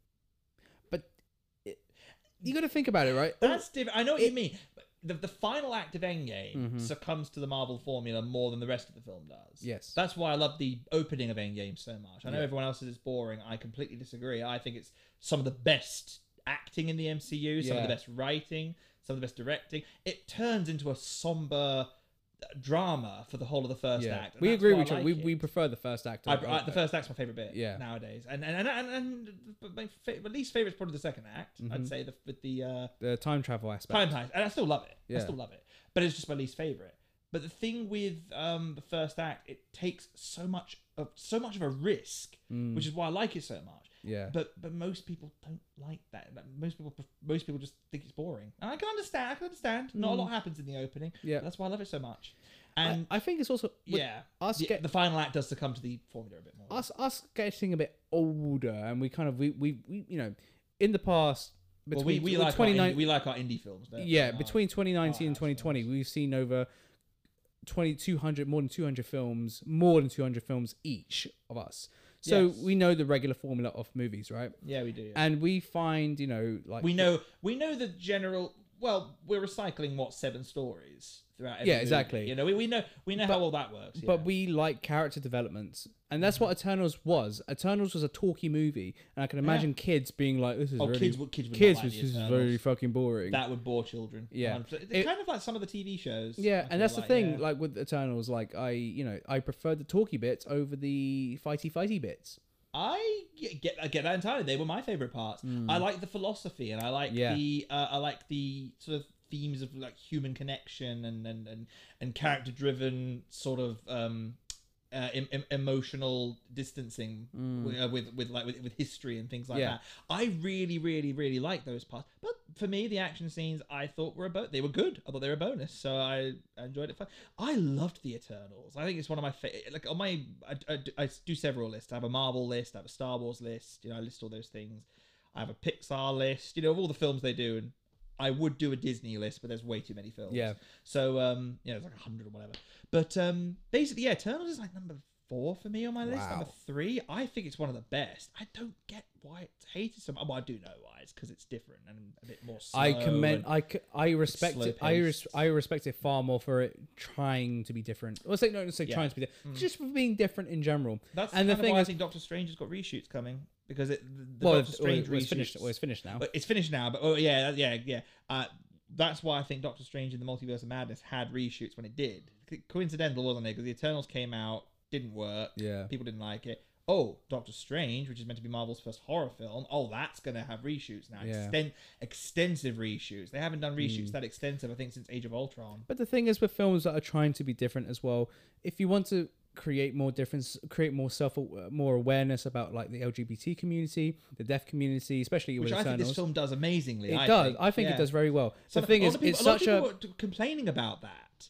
But it, you got to think about it, right? Oh, that's different. I know what it- you mean. But The, the final act of Endgame Mhm. succumbs to the Marvel formula more than the rest of the film does. yes. That's why I love the opening of Endgame so much. I know Yeah. everyone else says it's boring. I completely disagree. I think it's some of the best acting in the MCU, some of Yeah. the best writing, some of the best directing. It turns into a somber uh, drama for the whole of the first yeah. act. and we that's agree why I with you. like we, it. we prefer the first act. I, over- uh, I, the first act's my favorite bit Yeah. nowadays, and and and, and, and but my, fa- my least favorite is probably the second act. Mhm. I'd say the, with the uh, the time travel aspect. time heist, and I still love it. Yeah. I still love it, but it's just my least favorite. But the thing with um, the first act, it takes so much of so much of a risk, Mm, which is why I like it so much. yeah. But but most people don't like that. Like, Most people pref- most people just think it's boring, and I can understand. I can understand. Not a lot happens in the opening. Mm. Yeah. but that's why I love it so much. I- And I, think it's also with yeah, us the, get- the final act does succumb to the formula a bit more. us us getting a bit older, and we kind of we we, we you know in the past Well, between we, we with like 29 our indie, we like our indie films. Don't we? yeah, Our- between 2019 and our house 2020, we've seen over 2,200, more than 200 films, more than 200 films each of us. So Yes. we know the regular formula of movies, right? yeah, we do. yeah. And we find, you know, like we know we know the general. Well, we're recycling what seven stories throughout. Every Yeah, movie. exactly. You know, we, we know we know how all that works. But yeah. we like character developments, and that's what Eternals was. Eternals was a talky movie, and I can imagine kids being like, "This is Oh, really kids would- kids would not like was the this is Eternals. very fucking boring." that would bore children. Yeah. 100%. It's It- kind of like some of the TV shows. I Yeah, feel and that's like, the thing. yeah. Like with Eternals, like I, you know, I prefer the talky bits over the fighty fighty bits. I ge- get I get that entirely. They were my favorite parts. I like the philosophy, and I like Yeah. the uh, I like the sort of themes of like human connection and and and, and character driven sort of um, uh, em- em- emotional distancing with, uh, with with like with, with history and things like Mm. Yeah. that. I really really really like those parts. But for me, the action scenes I thought were a bo- they were good. I thought they were a bonus, so I I enjoyed it. Fun. I loved the Eternals. I think it's one of my favorite. Like on my I, I do- I do several lists. I have a Marvel list. I have a Star Wars list. You know, I list all those things. I have a Pixar list. You know, of all the films they do and. I would do a Disney list, but there's way too many films. Yeah. So um, yeah, it's like hundred or whatever. But um, basically, yeah, Eternals is like number four for me on my list. Number Wow. three, I think it's one of the best. I don't get why it's hated so much. Well, I do know why. It's because it's different and a bit more. Slow I commend. and- I, c- I respect slow it. I, res- paced. I respect it far more for it trying to be different. Well, say no, not say Yeah. Hmm. trying to be different, just for being different in general. That's and and the kind the thing of why I is- think Doctor Strange has got reshoots coming because it. The, the well, Doctor it's, well, Strange it's reshoots- finished. Well, it's finished now. But it's finished now, but oh yeah, that- yeah, yeah. Uh, that's why I think Doctor Strange in the Multiverse of Madness had reshoots when it did. Co- Coincidental, wasn't it? Because the Eternals came out, didn't work. Yeah. people didn't like it. oh, Doctor Strange, which is meant to be Marvel's first horror film, oh, that's going to have reshoots now. Yeah. Hmm. Exten- extensive reshoots. They haven't done reshoots that extensive, I think, since Age of Ultron. But the thing is, with films that are trying to be different as well, if you want to create more difference, create more self, uh, more awareness about like the LGBT community, the deaf community, especially Which with I think Eternals, this film does amazingly. it I does. Think. I think Yeah. it does very well. Some- the thing a lot is, of people- it's lot of such a people were complaining about that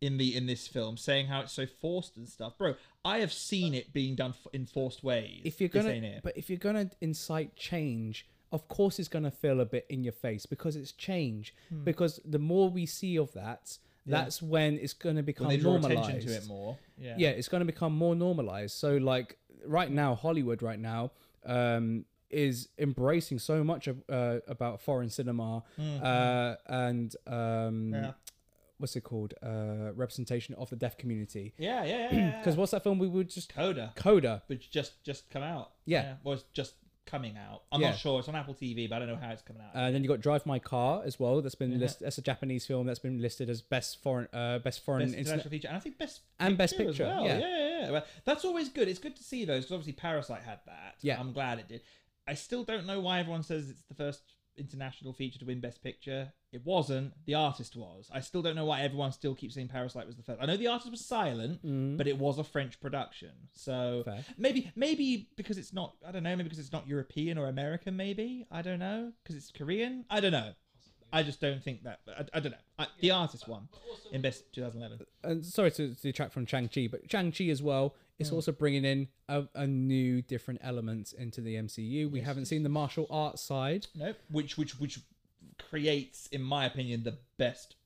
in the in this film, saying how it's so forced and stuff. Bro, I have seen it being done f- in forced ways. if you're This gonna, ain't it. but if you're gonna incite change, of course it's gonna feel a bit in your face because it's change. Hmm. Because the more we see of that, that's when it's gonna become when they draw normalized. attention to it more. Yeah. yeah, it's going to become more normalized. So like right now, Hollywood right now um, is embracing so much of, uh, about foreign cinema uh, and um, Mm-hmm. Yeah. what's it called uh, representation of the deaf community. Yeah, yeah, [clears throat] yeah. yeah. Because what's that film we would just Coda, Coda? which just just come out. Yeah. Well, it's just coming out. I'm Yeah. not sure. It's on Apple TV, but I don't know how it's coming out. Uh, then you got Drive My Car as well. That's been list- that's a Japanese film that's been listed as best foreign uh, best foreign interna- Best international feature, and I think best and best picture. picture. as well. yeah. Yeah, yeah, yeah. Well, that's always good. It's good to see those. 'cause obviously, Parasite had that. Yeah. I'm glad it did. I still don't know why everyone says it's the first international feature to win best picture. It wasn't. The artist was. I still don't know why everyone still keeps saying Parasite was the first. I know the artist was silent, but it was a French production. So Mm. Fair. maybe maybe because it's not I don't know, maybe because it's not European or American maybe. I don't know. Because it's Korean. I don't know. I just don't think that. I, I don't know. I, the artist won in best 2011. and sorry to, to detract from Chang Chi, but Chang Chi as well is also bringing in a, a new, different element into the MCU. We haven't seen the martial arts side. Nope. Which which which creates, in my opinion, the best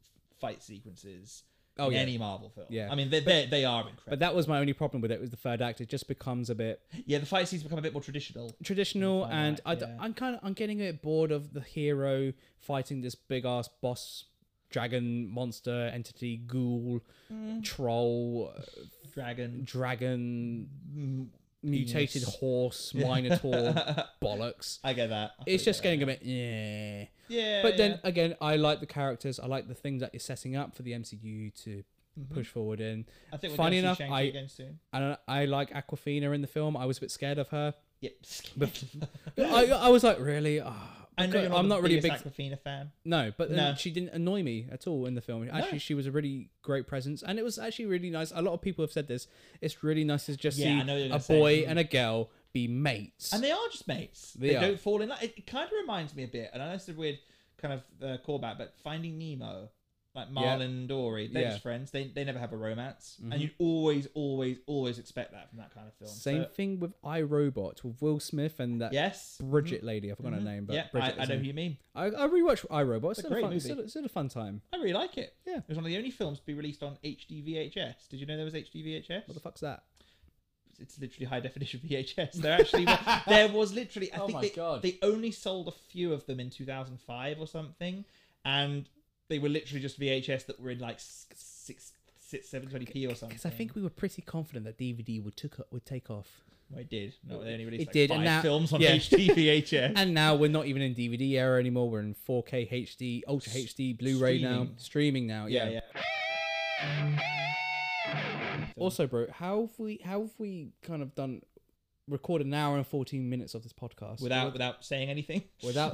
fight sequences Oh, in yeah. any Marvel film. Yeah. I mean, they they they are But incredible. that was my only problem with it. Was the third act? It just becomes a bit yeah, the fight scenes become a bit more traditional. traditional, Third and act, I d yeah. I'm kind of I'm getting a bit bored of the hero fighting this big ass boss, dragon, monster, entity, ghoul, Mm. troll, Dragon. dragon, mutated [laughs] horse, minotaur, bollocks. I get that. I It's totally just get getting a bit yeah. that. yeah. but then yeah. again, I like the characters. I like the things that you're setting up for the MCU to Mm-hmm. push forward in. I think we're funny gonna enough, see I- Shang-Chi again soon. And I like Aquafina in the film. I was a bit scared of her. [laughs] Yep. I, I was like, really? Ah, I know you're not I'm the not really a big biggest Aquafina fan. no, but then No. she didn't annoy me at all in the film. Actually, she was a really great presence, and it was actually really nice. A lot of people have said this. It's really nice to just Yeah, I know what you're see a gonna say. boy and a girl be mates. And they are just mates. They They, are. don't fall in love. It, kind of reminds me a bit, and I know it's a weird kind of uh, callback, but Finding Nemo, like Marlon and Dory, they're Yeah. Mm-hmm. just friends. They, they never have a romance. And you always, always, always expect that from that kind of film. Same So, thing with iRobot with Will Smith and that yes. Bridget lady. I forgot her name, but Mm-hmm. yeah, I, Bridget I is know in- who you mean. I, I rewatched iRobot. It's, a still a great fun, it's movie. still, it's still a fun time. I really like it. Yeah. It was one of the only films to be released on HD VHS. Did you know there was HD VHS? What the fuck's that? it's literally high definition [laughs] VHS. There actually were- [laughs] there was literally I Oh think my they, God. they only sold a few of them in 2005 or something, and they were literally just VHS that were in like s- six, six 720p or something. Because I think we were pretty confident that DVD would took would take off, well, it did. No, they only It released like did, and five now- films on yeah. [laughs] HD VHS. and now we're not even in DVD era anymore. We're in 4K HD, Ultra HD, Blu-ray now, streaming. streaming now. Yeah. yeah, yeah. Also, bro, how have we how have we kind of done record an hour and 14 minutes of this podcast Without without saying anything. [laughs] without,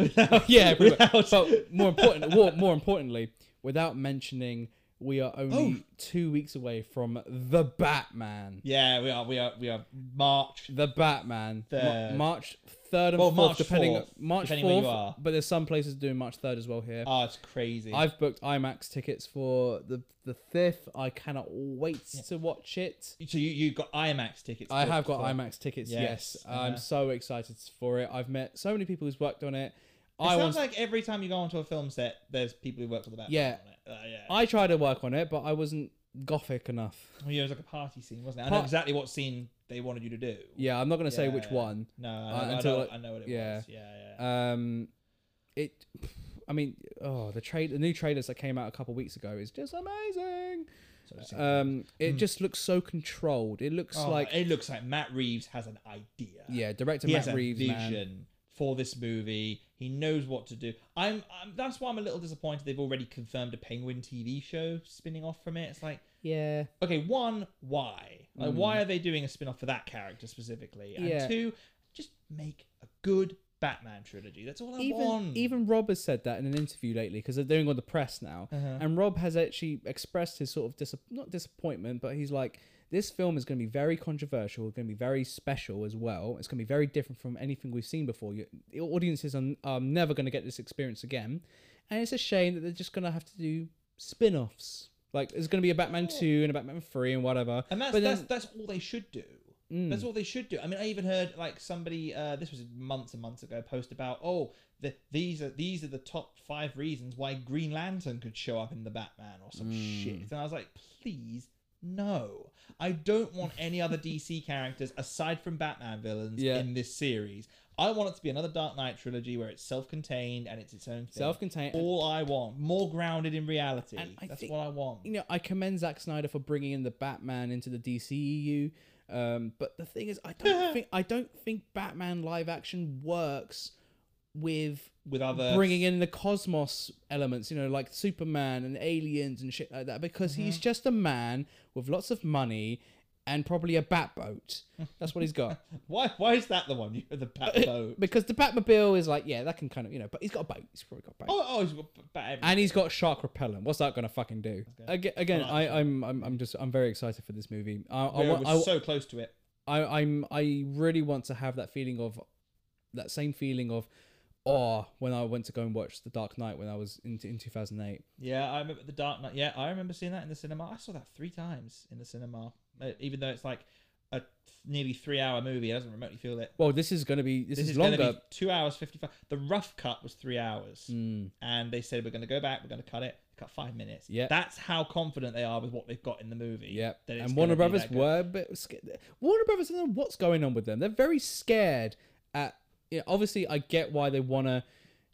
yeah, pretty much. [laughs] without- but more important, more, more importantly, without mentioning. We are Oh. only two weeks away from the Batman. [laughs] Yeah, we are we are we are March. The Batman. Ma- Third. March 3rd and Well, 4th, March depending, 4th, March depending where 4th, you are. but there's some places doing March 3rd as well here. Oh, it's crazy. I've booked IMAX tickets for the, the 5th. I cannot wait to watch it. so you you got IMAX tickets. I have booked got for- IMAX tickets, yes. Yes, I'm uh-huh. so excited for it. I've met so many people who's worked on it. It I sounds was like every time you go onto a film set, there's people who work for the Batman. Yeah. on it. Uh, yeah. I tried to work on it, but I wasn't gothic enough. Well, yeah, it was like a party scene, wasn't it? I know Part- exactly what scene they wanted you to do. Yeah, I'm not going to say Yeah, which yeah. one. No, I Uh, know, I, until, know like, I know what it yeah. was. Yeah, yeah. Um it I mean, oh, the trade the new trailers that came out a couple weeks ago is just amazing. So just- Um, it just looks so controlled. It looks Oh, like it looks like Matt Reeves has an idea. yeah, director he Matt has a Reeves, vision man. for this movie. He knows what to do. I'm, I'm. That's why I'm a little disappointed. They've already confirmed a Penguin TV show spinning off from it. It's like, Yeah, okay, one, why? Like, why are they doing a spin off for that character specifically? And Hmm. Yeah. two, just make a good Batman trilogy. That's all I even want. even Rob has said that in an interview lately because they're doing all the press now, Uh-huh. and Rob has actually expressed his sort of dis- not disappointment, but he's like, this film is going to be very controversial, going to be very special as well. It's going to be very different from anything we've seen before. You, the audiences are, are never going to get this experience again, and it's a shame that they're just going to have to do spin-offs. Like there's going to be a Batman two and a Batman three and whatever. And that's But that's then- Mm. that's all they should do. That's all they should do. I mean, I even heard like somebody uh, this was months and months ago post about oh the, these are these are the top five reasons why Green Lantern could show up in the Batman or some Mm. shit. And I was like, please no, I don't want any other [laughs] DC characters aside from Batman villains Yeah. in this series. I want it to be another Dark Knight trilogy where it's self-contained and it's its own thing. Self-contained. All I want, more grounded in reality. And I That's think- what I want. you know, I commend Zack Snyder for bringing in the Batman into the DCEU. Um, but the thing is, I don't think I don't think Batman live action works with With other bringing in the cosmos elements, you know, like Superman and aliens and shit like that, because he's just a man with lots of money and probably a bat boat. That's what he's got. Why? Why is that the one? [laughs] You the Uh, bat boat. because the Batmobile is like, yeah, that can kind of, you know, but he's got a boat. He's probably got a boat. Oh, oh, he's got b- bat. everywhere. and he's got shark repellent. What's that gonna fucking do? Aga Again, I, I'm, I'm, I'm just, I'm very excited for this movie. I, I, Vera want- was I, so close to it. I, I'm, I really want to have that feeling of, that same feeling of, awe when I went to go and watch The Dark Knight when I was in, in 2008. Yeah, I remember the Dark Knight. Yeah, I remember seeing that in the cinema. I saw that three times in the cinema, Uh, even though it's like a th- nearly three-hour movie. It doesn't remotely feel it. Well, this is gonna be, this, is, gonna longer. be two hours fifty-five. The rough cut was three hours, and they said we're going to go back. We're going to cut it. Cut five minutes. Hmm. Yeah. that's how confident they are with what they've got in the movie. Yeah, that it's and Warner gonna be Brothers that good. were a bit scared. Warner Brothers, I don't know what's going on with them. They're very scared at. You know, obviously, I get why they want to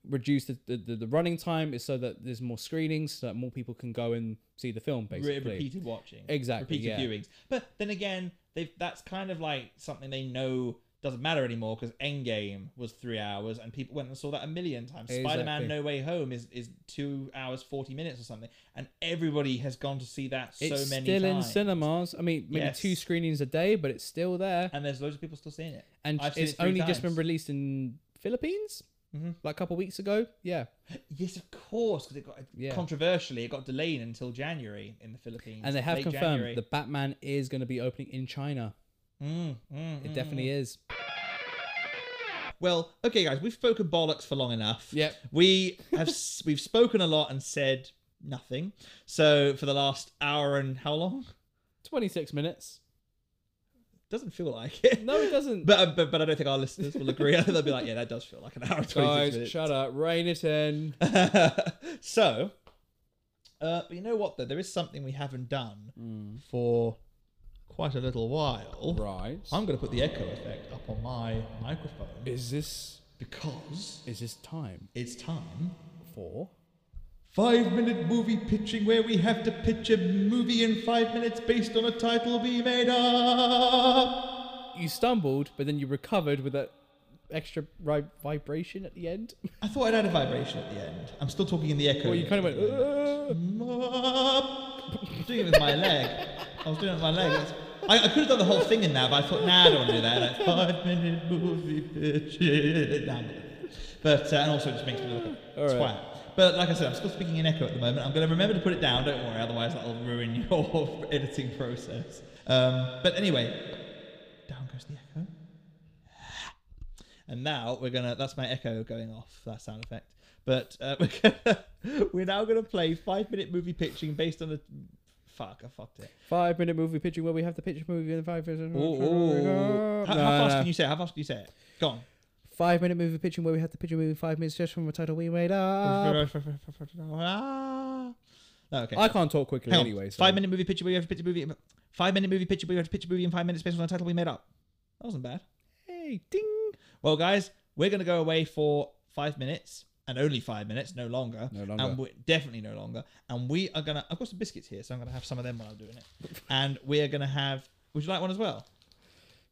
reduce the, the, the, the running time is so that there's more screenings, so that more people can go and see the film. Re- Basically, repeated watching, Exactly, repeated yeah. viewings. But then again, they've that's kind of like something they know doesn't matter anymore because Endgame was three hours and people went and saw that a million times. Spider-Man: Exactly. No Way Home is is two hours forty minutes or something, and everybody has gone to see that so it's many still times. in cinemas. I mean, maybe two Yes. screenings a day, but it's still there, and there's loads of people still seeing it. and I've seen it's it three only just been times. released in Philippines, Mhm. like a couple weeks ago. Yeah, Yes, of course, because it got Yeah. controversially it got delayed until January in the Philippines, and they have late confirmed January. the Batman is going to be opening in China. Mm, mm, It mm, definitely is. Well, okay, guys, we've spoken bollocks for long enough. Yep. We have s- [laughs] we've spoken a lot and said nothing. So for the last hour and how long? Twenty six minutes. Doesn't feel like it. No, it doesn't. [laughs] But, um, but but I don't think our listeners will agree. [laughs] They'll be like, yeah, that does feel like an hour and twenty Guys, six shut up. Rain it [laughs] in. minutes. so, uh, but you know what? Though there is something we haven't done Hmm. for quite a little while. Right. I'm going to put the echo effect up on my microphone Is this because is this time it's time for? Five minute movie pitching where we have to pitch a movie in five minutes based on a title we made up. You stumbled, but then you recovered with that extra ri- vibration at the end. [laughs] I thought I'd add a vibration at the end. I'm still talking in the echo. Well, you kind of went. "Uh." I'm doing it with my leg. I was doing it with my leg. That's- I, I could have done the whole thing in that, but I thought, nah, I don't want to do that. Like, five minute movie pitching. Nah, I'm not gonna do it. but uh, and also it just makes me look a All right. twat. But like I said, I'm still speaking in echo at the moment. I'm going to remember to put it down. Don't worry, otherwise that'll ruin [laughs] your editing process. Um, but anyway, down goes the echo. And now we're gonna. That's my echo going off. That sound effect. But uh, [laughs] we're gonna, we're now gonna play five minute movie pitching based on the. Fuck! I fucked it. Five minute movie pitching where we have to pitch a movie in five minutes. How, how No, fast no. can you say? it? How fast can you say it? Go on. Five minute movie pitching where we have to pitch a movie in five minutes just from a title we made up. Ah. okay. Uh, I can't talk quickly Hang on. anyway. So. Five minute movie picture. We have to pitch a movie. Five minute movie picture. We have to pitch a movie in five minutes based on a title we made up. That wasn't bad. Hey, ding. Well, guys, we're gonna go away for five minutes and only five minutes, no longer. No longer. And we definitely no longer. And we are gonna. I've got some biscuits here, so I'm gonna have some of them while I'm doing it. and we are gonna have. Would you like one as well?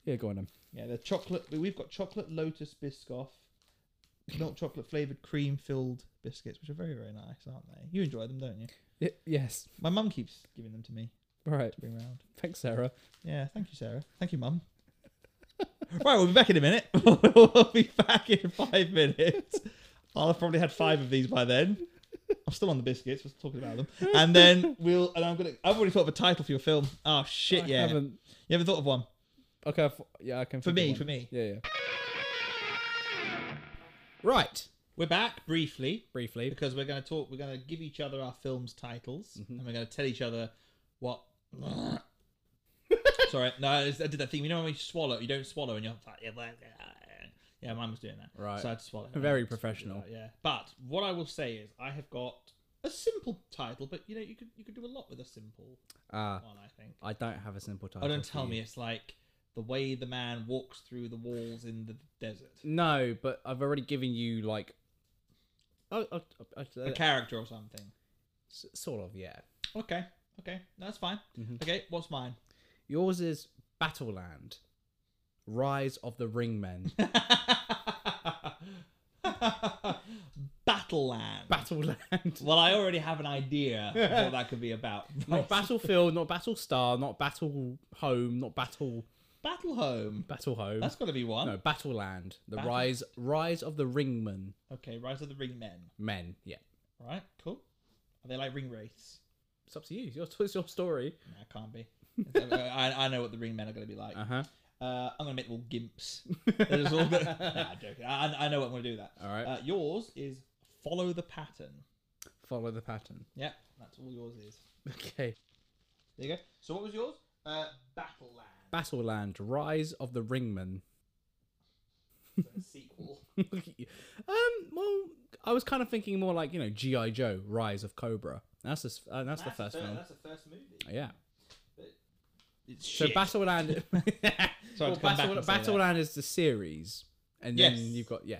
Yeah, go on then. Yeah, the chocolate. We've got chocolate lotus biscoff, milk chocolate flavored cream filled biscuits, which are very very nice, aren't they? You enjoy them, don't you? Y- yes. My mum keeps giving them to me. All right. to be around. Thanks, Sarah. Yeah, thank you, Sarah. Thank you, Mum. right, we'll be back in a minute. [laughs] we'll be back in five minutes. I'll have probably had five of these by then. I'm still on the biscuits. We're talking about them, and then we'll. And I'm gonna. I've already thought of a title for your film. Oh shit! I yeah, haven't- you ever thought of one? Okay. I f- yeah, I can. think For of me, one. for me. Yeah, yeah. Right, we're back briefly Briefly. because we're gonna talk. We're gonna give each other our films titles, Mm-hmm. and we're gonna tell each other what. [laughs] Sorry, no, I did that thing. You know when you swallow, you don't swallow, and you're like, you're like, yeah, mine was doing that. Right. so I had to swallow. Very Yeah, professional. Yeah, but what I will say is, I have got a simple title, but you know, you could you could do a lot with a simple Ah, one. I think. I don't have a simple title. Oh, don't for tell you. me it's like the way the man walks through the walls in the desert. No, but I've already given you like. Oh, oh, oh, oh, A character or something. s- sort of, yeah. Okay, okay, that's fine. Mhm. Okay, what's mine? Yours is Battleland, Rise of the [laughs] Ringmen. [laughs] Battleland. Battleland. well, I already have an idea of what that could be about. [laughs] not Battlefield, not Battlestar, not Battle Home, not Battle Battle Home. Battle Home. That's got to be one. no, Battleland. The Battle- rise rise of the Ringmen. Okay, Rise of the Ring Men. Men. Yeah. Right, cool. Are they like ring wraiths? It's up to you. It's your, [laughs] it's your story. Nah, can't be. uh, I, I know what the ring men are going to be like. Uh [laughs] huh. Uh, I'm going to make little gimps. They're just all gonna... nah, joking. I, I know what I'm going to do with that. [laughs] All right. Uh, yours is follow the pattern. Follow the pattern. [laughs] Yeah, that's all yours is. Okay. There you go. So what was yours? Uh, Battleland. Battleland, Rise of the Ringmen. [laughs] the sequel. um, well, I was kind of thinking more like you know GI Joe, Rise of Cobra. That's the s- uh, that's, the first fir- film. That's the first movie. Yeah. It's So [laughs] shit. Battleland. well, [laughs] come back Battle, and say that. Battleland is the series, and Yes. then you've got yeah,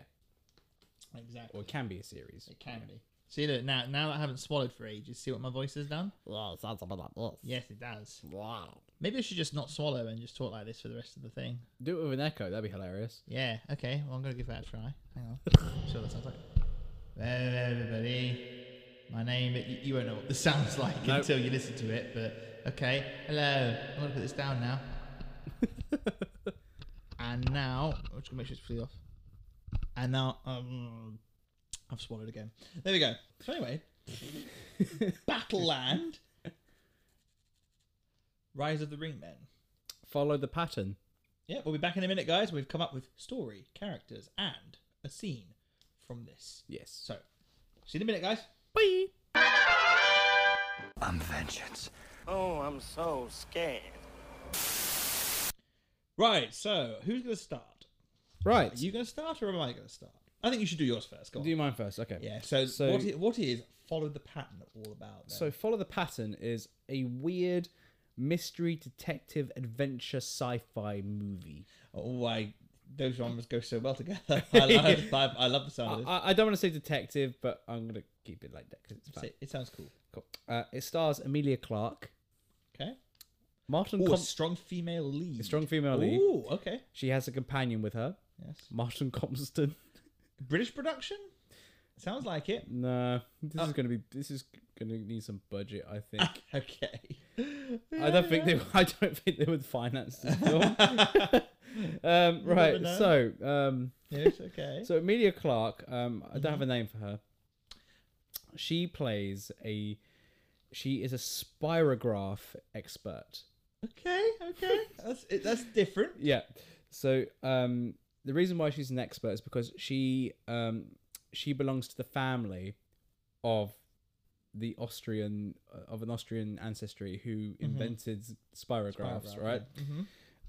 exactly. or it can be a series. It can be. See look now. Now that I haven't swallowed for ages, see what my voice has done. Wow, sounds about like this. Yes, it does. Wow. Maybe I should just not swallow and just talk like this for the rest of the thing. Do it with an echo. That'd be hilarious. Yeah. Okay. Well, I'm gonna give that a try. Hang on. I'm sure that sounds like. Well, everybody. My name. You, you won't know what this [laughs] sounds like Nope. until you listen to it. But okay. Hello. I'm gonna put this down now. And now, I'm just gonna make sure it's fully off. And now, um, I've swallowed again. There we go. So anyway, Battleland, Rise of the Ringmen. Follow the pattern. Yeah, we'll be back in a minute, guys. We've come up with story, characters, and a scene from this. Yes. So, see you in a minute, guys. Bye. I'm vengeance. Oh, I'm so scared. Right. So, who's gonna start? Right. Are you gonna start, or am I gonna start? I think you should do yours first. Go on. do mine first. Okay. yeah. So, So- what, is, what is follow the pattern all about? Then? So follow the pattern is a weird mystery detective adventure sci-fi movie. Oh, I those genres go so well together. [laughs] I love, I, I love the sound of this. I, I don't want to say detective, but I'm gonna keep it like that because it's It's- fun. It, it sounds cool. Cool. Uh, it stars Amelia Clark, Okay. Martin. Ooh, a Com- strong female lead. a strong female lead. Ooh, okay. She has a companion with her, Yes. Martin [laughs] Compton. British production. Sounds [laughs] like it. No, this is gonna be. This is gonna need some budget. I [laughs] think. okay. I don't think they. [laughs] I don't think they would finance this [laughs] film. um, right. know. So, um, Yes. Okay. so Amelia Clark. Um, I don't have a name for her. She plays a. She is a spirograph expert. okay. Okay. That's it, that's different. Yeah. So um, the reason why she's an expert is because she um, she belongs to the family of the Austrian uh, of an Austrian ancestry who invented spirographs, right?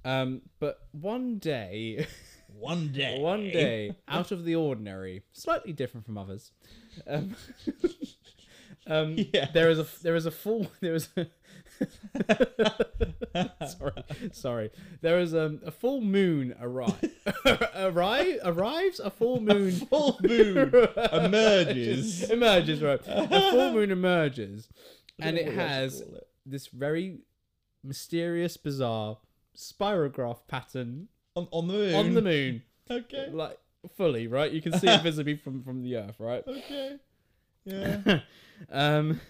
Um, but one day, [laughs] One day. one day, out of the ordinary, slightly different from others, um, [laughs] um, Yes. there is a there is a full [laughs] there is [laughs] a sorry sorry there is um, a full moon [laughs] arrive arrive arrives a full moon Full moon [laughs] emerges. emerges right a full [laughs] moon emerges and don't it know what else to has call it. this very mysterious bizarre spirograph pattern on, on the moon. on the moon Okay. like fully right you can see [laughs] it visibly from from the earth right Okay. Yeah. um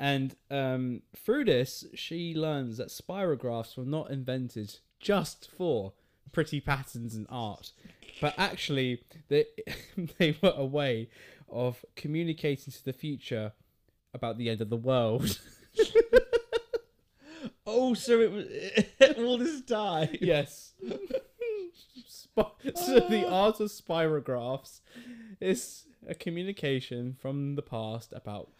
And um, through this, she learns that spirographs were not invented just for pretty patterns and art, but actually they, [laughs] they were a way of communicating to the future about the end of the world. [laughs] Oh, so it was [laughs] all this time. yes. Spi- so the art of spirographs is a communication from the past about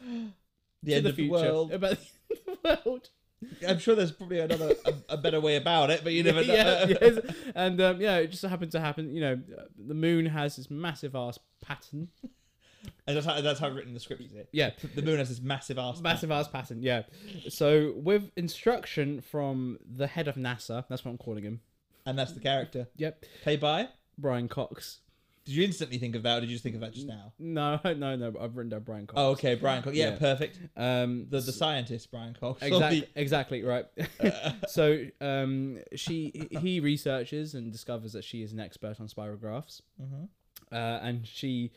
The to end the of future the world. about the end of the world. I'm sure there's probably another a, a better way about it, but you [laughs] never [laughs] know. yeah, yes. and um, yeah, it just happened to happen. You know, the moon has this massive ass pattern. [laughs] And that's how that's how I've written the script. Is it? Yeah, [laughs] The moon has this massive ass. massive ass pattern. Yeah. So with instruction from the head of NASA, that's what I'm calling him. and that's the character. Yep, Pay by. Brian Cox. Did you instantly think of that, or did you just think of that just now? No, [laughs] no, no. I've written down Brian Cox. Oh, okay, Brian Cox. Yeah, Yeah. perfect. um, The the scientist, Brian Cox. [laughs] Exactly, exactly right. [laughs] so um, she he researches and discovers that she is an expert on spirographs, Mhm. uh, and she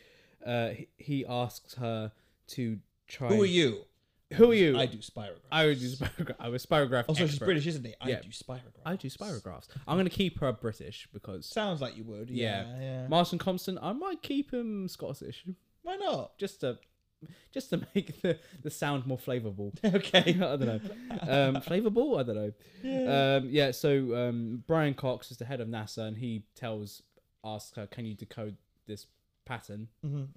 uh, he- he asks her to try. Who are you? Who are you? I do spirographs. I would do spirograph. I was spirograph. Also, she's expert. British, isn't he? I Yeah. do spirographs. I do spirographs. I'm gonna keep her British because Sounds like you would. Yeah. Yeah. Yeah. Martin Constant. I might keep him Scottish Why not? just to just to [laughs] make the, the sound more flavorful. [laughs] I Okay. don't know. Um, flavorful? I don't know. Yeah. Um, yeah. So um, Brian Cox is the head of NASA, and he tells asks her, "Can you decode this pattern?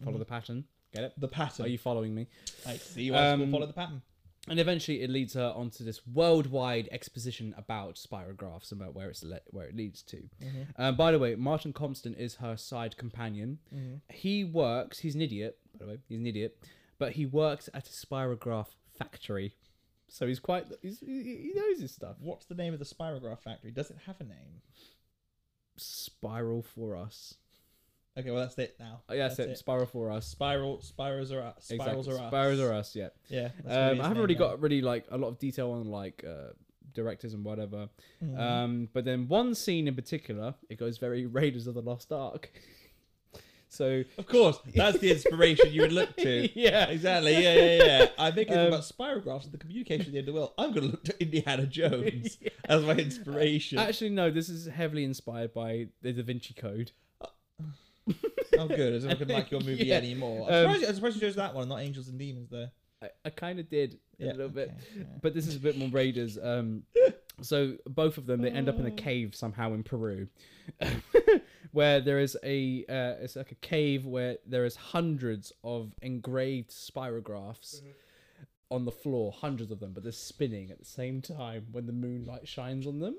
Follow the pattern. Get it? The pattern. Are you following me?" I see. You um, Um, follow the pattern. And eventually, it leads her onto this worldwide exposition about spirographs and about where it's le- where it leads to. Mm-hmm. Um, by the way, Martin Constant is her side companion. Mm-hmm. He works. He's an idiot. By the way, he's an idiot, but he works at a spirograph factory. So he's quite. He's, he he knows his stuff. What's the name of the spirograph factory? Does it have a name? Spiral for us. Okay, well that's it now. Oh, yeah, that's, it. Spiral for us. Spiral spirals are us. Spirals Exactly. are us. Spirals are us. Yeah. Yeah. Um, I haven't really got really like a lot of detail on like uh, directors and whatever. Um, but then one scene in particular, it goes very [laughs] Raiders of the Lost Ark. [laughs] so Of course, that's the inspiration you would look to. [laughs] yeah, Exactly. Yeah, yeah, [laughs] yeah. I'm thinking Um, about spirographs and the communication at the end of the world. I'm going to look to [laughs] Indiana Jones as my inspiration. Actually, no. This is heavily inspired by the Da Vinci Code. oh, good. I don't fucking like your [laughs] movie Yeah. anymore. I'm Um, surprised, I'm surprised you chose that one, not Angels and Demons, though. I, I kind of did Yeah, a little bit, okay, yeah. [laughs] but this is a bit more Raiders. Um, [laughs] so both of them they end up in a cave somehow in Peru, [laughs] where there is a uh, it's like a cave where there is hundreds of engraved spirographs. Mm-hmm. On the floor, hundreds of them, but they're spinning at the same time when the moonlight shines on [laughs] them,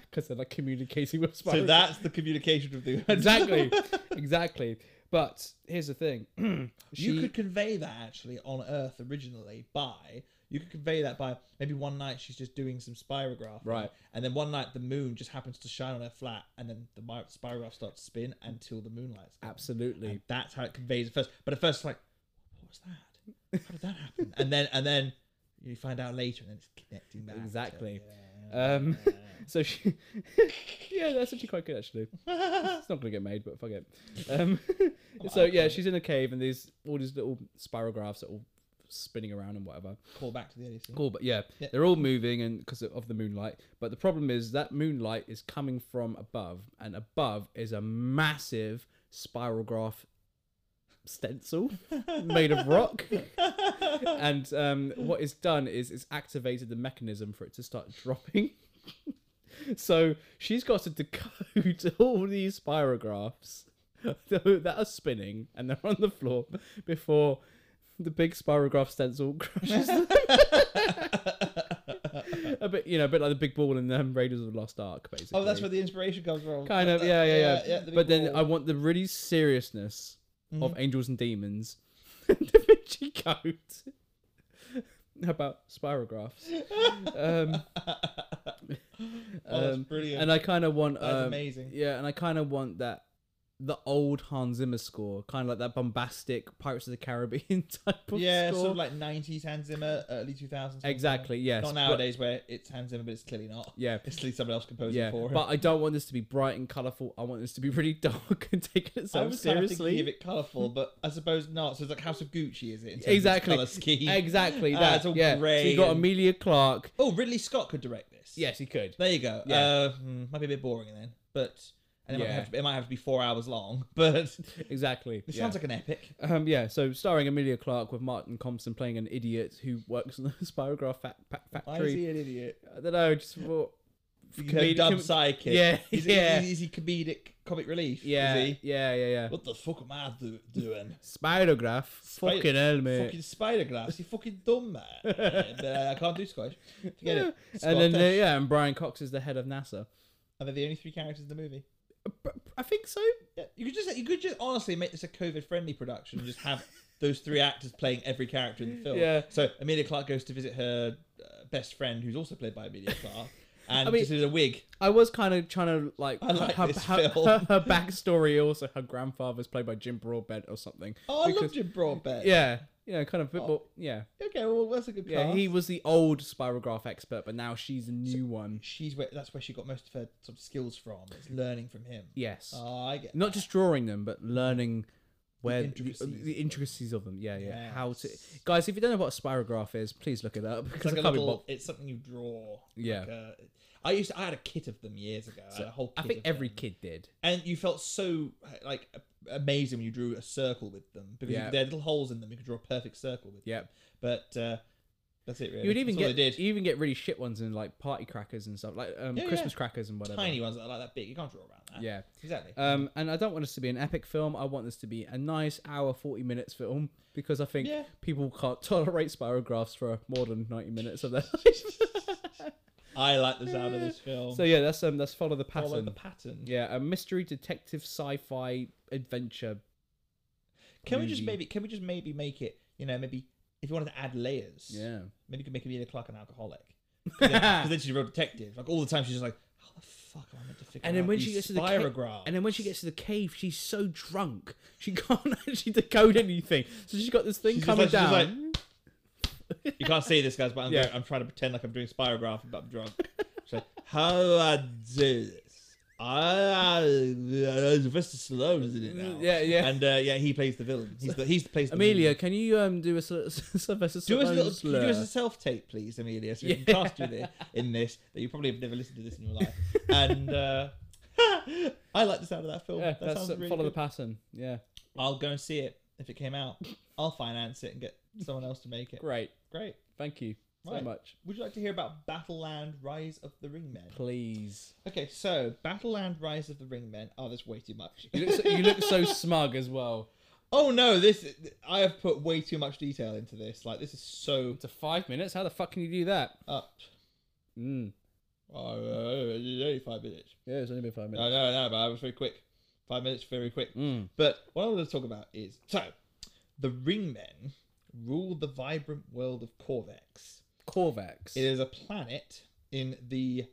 because they're like communicating with spirographs So that's the communication of the. [laughs] [laughs] exactly, exactly. But here's the thing: [clears throat] You She- could convey that actually on Earth originally by you could convey that by maybe one night she's just doing some spirograph, Right. And then one night the moon just happens to shine on her flat, and then the mi- spirograph starts to spin until the moonlight's gone. absolutely, And that's how it conveys it first. But at first, it's like, what was that? How did that happen? and then and then you find out later, and then it's connecting back. to- Exactly. yeah. Um, [laughs] so she, yeah, that's actually quite good. Actually, it's not gonna get made, but fuck it. Um, [laughs] so yeah, she's in a cave, and these all these little spirographs are all spinning around and whatever. Call back to the Edison. Cool, but yeah, they're all moving, and because of the moonlight. But the problem is that moonlight is coming from above, and above is a massive spirograph stencil made of rock. and um, what is done is it's activated the mechanism for it to start [laughs] dropping. so she's got to decode [laughs] all these spirographs [laughs] that are spinning and they're on the floor before the big spirograph stencil [laughs] crushes them. a bit, you know, a bit like the big ball in um, Raiders of the Lost Ark, basically. Oh, that's where the inspiration comes from. kind of, Uh, yeah, yeah, yeah. the big but then ball. Mm-hmm. I want the really seriousness of Angels and Demons, [laughs] Da Vinci Code, [laughs] about spirographs. um, oh, that's um, Oh, brilliant. and I kind of want That's um, amazing. Yeah, and I kind of want that the old Hans Zimmer score, kind of like that bombastic Pirates of the Caribbean [laughs] type of yeah, score. sort of like 90s Hans Zimmer, early 2000s. exactly. Yes. Not but- nowadays where it's Hans Zimmer, but it's clearly not. Yeah. It's clearly someone else composing Yeah, for him. but I don't want this to be bright and colourful. I want this to be really [laughs] dark and take I itself was kind of seriously. thinking of it colourful, but I suppose not. So it's like House of Gucci, is it? in terms of its exactly. Colour scheme. Exactly. Ah, That. it's all yeah. so grey you got and- Amelia Clark. Oh, Ridley Scott could direct this. Yes, he could. There you go. Yeah. Uh, hmm, might be a bit boring then, but and it, might Yeah. have to, it might have to be four hours long. [laughs] But it [laughs] Exactly. yeah. sounds like an epic. Um, yeah, so starring Amelia Clark with Martin Compson playing an idiot who works in the [laughs] Spirograph fa- fa- Why is factory. he an idiot? I don't know, just for He's comedic- a dumb com- sidekick. Yeah, [laughs] Is, yeah. Is, is he comedic comic relief? yeah, Is he? yeah, yeah, yeah. What the fuck am I do- doing? Spirograph, fucking hell, [laughs] mate. Fucking spider glass. You fucking [laughs] dumb man. but, uh, I can't do Scottish. Forget it. and then Scottish. uh, yeah, and Brian Cox is the head of NASA. Are they the only three characters in the movie? I think so. Yeah, you could just you could just honestly make this a COVID friendly production and [laughs] just have those three actors playing every character in the film. Yeah. So Amelia Clark goes to visit her uh, best friend, who's also played by Amelia [laughs] Clark, and I mean- just in a wig. I was kind of trying to like, I like her, this her, film. her, her backstory. Also, her grandfather's played by Jim Broadbent or something. Oh, I Because- loved your broadbent. Yeah, yeah, kind of a bit Oh. more. Yeah, Okay, well that's a good yeah. cast. He was the old Spirograph expert, but now she's a new one. She's where that's where she got most of her sort of skills from. It's learning from him. Yes. Oh, I get. not just drawing them but learning where the intricacies the, of them. intricacies of them yeah yeah how to Yes. guys if you don't know what a spirograph is please look it up It's because like it a can't be little. bought- It's something you draw. Yeah. Like a- I used to, I had a kit of them years ago. I had uh, a whole. Kit i think of every them. kid did and you felt so like amazing when you drew a circle with them because Yeah. there are little holes in them. You could draw a perfect circle with. yeah them. but uh, that's it. Really, you would even that's all get they did. you even get really shit ones in like party crackers and stuff like um, Yeah, yeah. christmas crackers and whatever tiny ones that are like that big. You can't draw around that. yeah exactly. um, and I don't want this to be an epic film. I want this to be a nice hour, forty minutes film because I think Yeah. people can't [laughs] tolerate spirographs for more than ninety minutes of [laughs] their life. I like the sound of this film. so yeah, that's um, that's follow the pattern. Follow the pattern. Yeah, a mystery detective sci-fi adventure. Can we just movie. maybe? Can we just maybe make it? You know, maybe if you wanted to add layers. Maybe you could make Amelia Clark an alcoholic. [laughs] Because then she's a real detective. Like all the time, she's just like, "How the fuck am I meant to figure?" And then out when these she gets to the cave, spirographs?" and then when she gets to the cave, she's so drunk she [laughs] can't actually decode anything. So she's got this thing She's just coming like- mm. she's down. just You can't see this, guys, but I'm, Yeah. doing- I'm trying to pretend like I'm doing spirograph, but I'm drunk. [laughs] So, how do I do this? I, uh, Sylvester Stallone is in it now. Yeah, yeah. And uh, yeah, he plays the villain. He's the he's the plays the Amelia, can you um do a Syl- Sylvester villain. Do us a Stallone little, can you do us slur? a self tape, please, Amelia, so we can Yeah. cast you there in this. That you probably have never listened to this in [laughs] your life. And uh, [laughs] I like the sound of that film. Yeah, that that's sounds uh, really follow good. the pattern. Yeah, I'll go and see it if it [laughs] came out. I'll finance it and get someone else to make it. great. Great. Thank you so Right. much. Would you like to hear about Battleland Rise of the Ringmen? Please. Okay, so Battleland Rise of the Ringmen. Oh, there's way too much. You look so, you look so [laughs] smug as well. oh no, this I have put way too much detail into this. Like this is so To five minutes. How the fuck can you do that? up. Mm. Oh, uh, it's only five minutes. Yeah, it's only been five No, minutes. no, no, but I was very quick. Five minutes, very quick. Mm. But what I want to talk about is so the Ringmen rule the vibrant world of Corvex. Corvax. Uh, It is a planet in the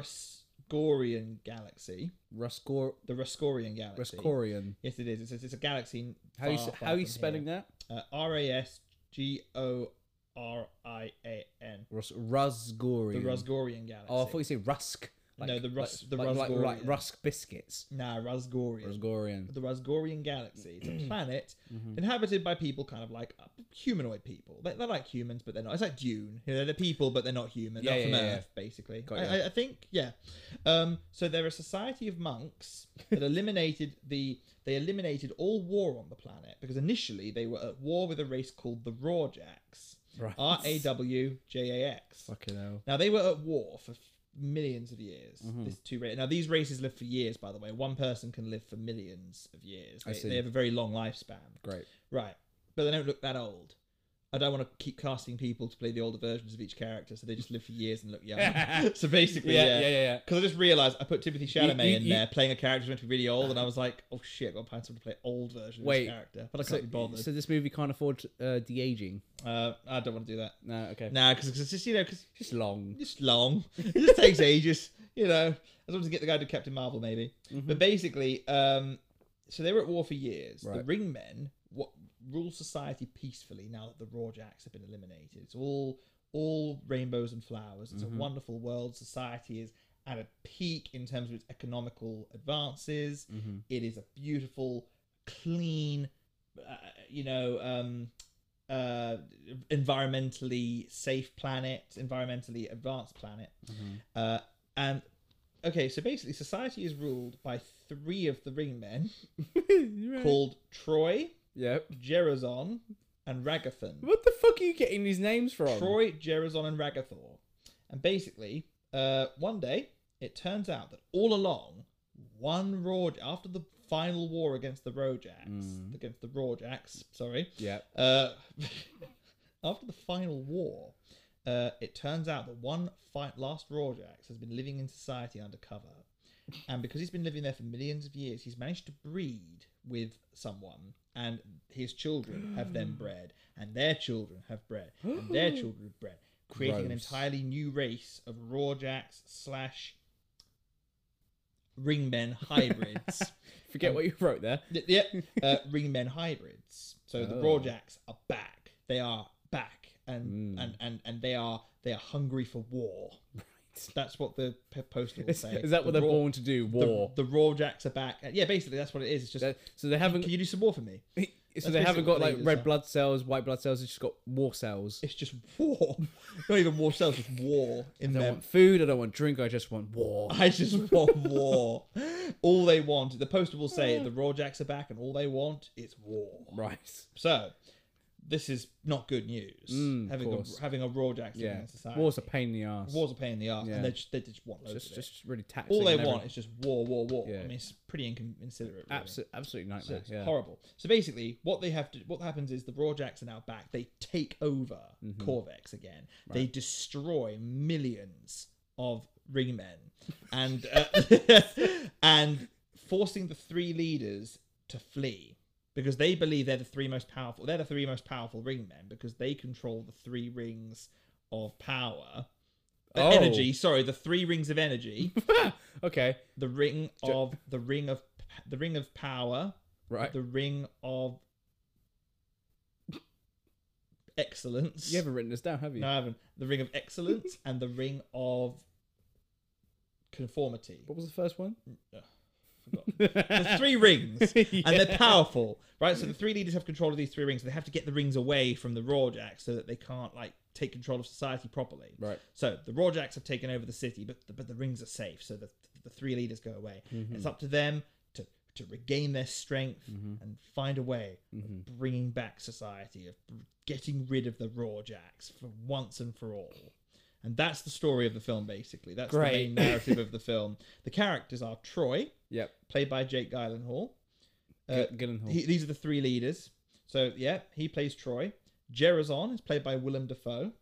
Ruscorian galaxy. Ruscor The Ruscorian galaxy. Ruscorian. Yes, it is. It's, it's, it's a galaxy. How you far, s- far how are you from spelling that? here. Uh, R A S G O R I A N. Rus- The Rusgorian. Rusgorian galaxy. Oh, I thought you said Rusk. No, the Rus- like, the like, like, like Rusgorian. Rusk biscuits. Nah, Rusgorian. Rusgorian. the Rasgorian galaxy. [clears throat] It's a planet Mm-hmm. inhabited by people kind of like uh, humanoid people. They, they're like humans, but they're not. It's like Dune. You know, they're the people, but they're not human. Yeah, they're yeah, from yeah, Earth, basically. Got I, ya. I, I think, yeah. Um, so they're a society of monks [laughs] that eliminated the. They eliminated all war on the planet because initially they were at war with a race called the Rawjacks. Right. R A W J A X. Fucking hell. Now they were at war for f- millions of years. Mm-hmm. These two ra- now these races live for years, by the way. One person can live for millions of years. I They, see. they have a very long lifespan. Great. Right, but they don't look that old. I don't want to keep casting people to play the older versions of each character, so they just live for years and look young. [laughs] [laughs] so basically, Yeah, yeah, yeah, yeah, yeah. Because I just realised I put Timothy Chalamet you- in you- there playing a character who's meant to be really old, and I was like, oh shit, I've got to find someone to play old version Wait, of this character, but I So, can't be bothered. so this movie can't afford uh, de aging. uh, I don't want to do that. No, okay. Mm. [laughs] Nah, because it's just you know, because Just long. just long. It just takes ages. You you know, as long as you get the guy to Captain Marvel, maybe. But basically, um, so they were at war for years. The Right. Ringmen what rule society peacefully now that the Rorjaks have been eliminated. It's all all rainbows and flowers. It's a wonderful world. Society is at a peak in terms of its economical advances. Mm-hmm. It is a beautiful, clean, uh, you know, um, uh, environmentally safe planet, environmentally advanced planet. Uh, and okay, so basically, society is ruled by three of the ring men Right. [laughs] called Troy, Yep. Gerazon, and Ragathon. What the fuck are you getting these names from? Troy, Gerazon, and Ragathor. And basically, uh, one day it turns out that all along, one Rorj after the final war against the Rojaks, Mm. against the Rorjaks, sorry, Yep. uh, [laughs] after the final war, uh, it turns out that one fight last Rorjax has been living in society undercover, and because he's been living there for millions of years, he's managed to breed with someone, and his children have then bred, and their children have bred, and their children have bred, creating an Gross. entirely new race of Rorjaks slash ringmen [laughs] hybrids. Forget what you wrote there. Y- Yep. [laughs] Uh, ring men hybrids. So the Oh. Rorjaks are back. They are back, and Mm. and and and they are they are hungry for war. That's what the p- poster will Is, say. is that what they're Raw- born to do? The, War. the Rorjaks are back. Yeah, basically that's what it is. It's just That- so they haven't. can you do some war for me? [laughs] so they haven't basically got what they like do, red so. blood cells, white blood cells. They've just got war cells. It's just war. [laughs] Not even war cells, just war in I don't them. want food. I don't want drink. I just want war. [laughs] [laughs] I just want war. All they want, the poster will [laughs] say, the Rorjaks are back, and all they want is war. Right. So, this is not good news. Mm, of having course. a, having a raw jack Yeah. in society. War's a pain in the ass. War's a pain in the arse, Yeah. and they just, they just want loads just, of it. just really taxing. All they and want everything. is just war, war, war. Yeah. I mean, it's pretty incon- inconsiderate. Really. Absolute, absolute So nightmare. it's Yeah. horrible. So basically, what they have to, what happens is the Raw Jacks are now back. They take over Mm-hmm. Corvex again. They destroy millions of [laughs] ringmen, and uh, [laughs] and forcing the three leaders to flee because they believe they're the three most powerful. They're the three most powerful ringmen because they control the three rings of power. the Oh. Energy, sorry, the three rings [laughs] of energy. okay. the ring of the ring of the ring of power Right. the ring of excellence. You haven't written this down, have you? No, I haven't. The ring of excellence and the ring of conformity. What was the first one? uh, [laughs] Forgot. the three rings, and Yeah. they're powerful, right? So the three leaders have control of these three rings. They have to get the rings away from the Rorjaks so that they can't like take control of society properly. Right. So the Rorjaks have taken over the city, but the, but the rings are safe. So the the three leaders go away. Mm-hmm. It's up to them to to regain their strength Mm-hmm. and find a way of bringing back society, of getting rid of the Rorjaks for once and for all. And that's the story of the film, basically. That's the main Great. narrative of the film. The characters are Troy, Yep. played by Jake Gyllenhaal. Uh, Uh, Gyllenhaal. he, these are the three leaders. So yeah, he plays Troy. Gerazon is played by Willem Dafoe.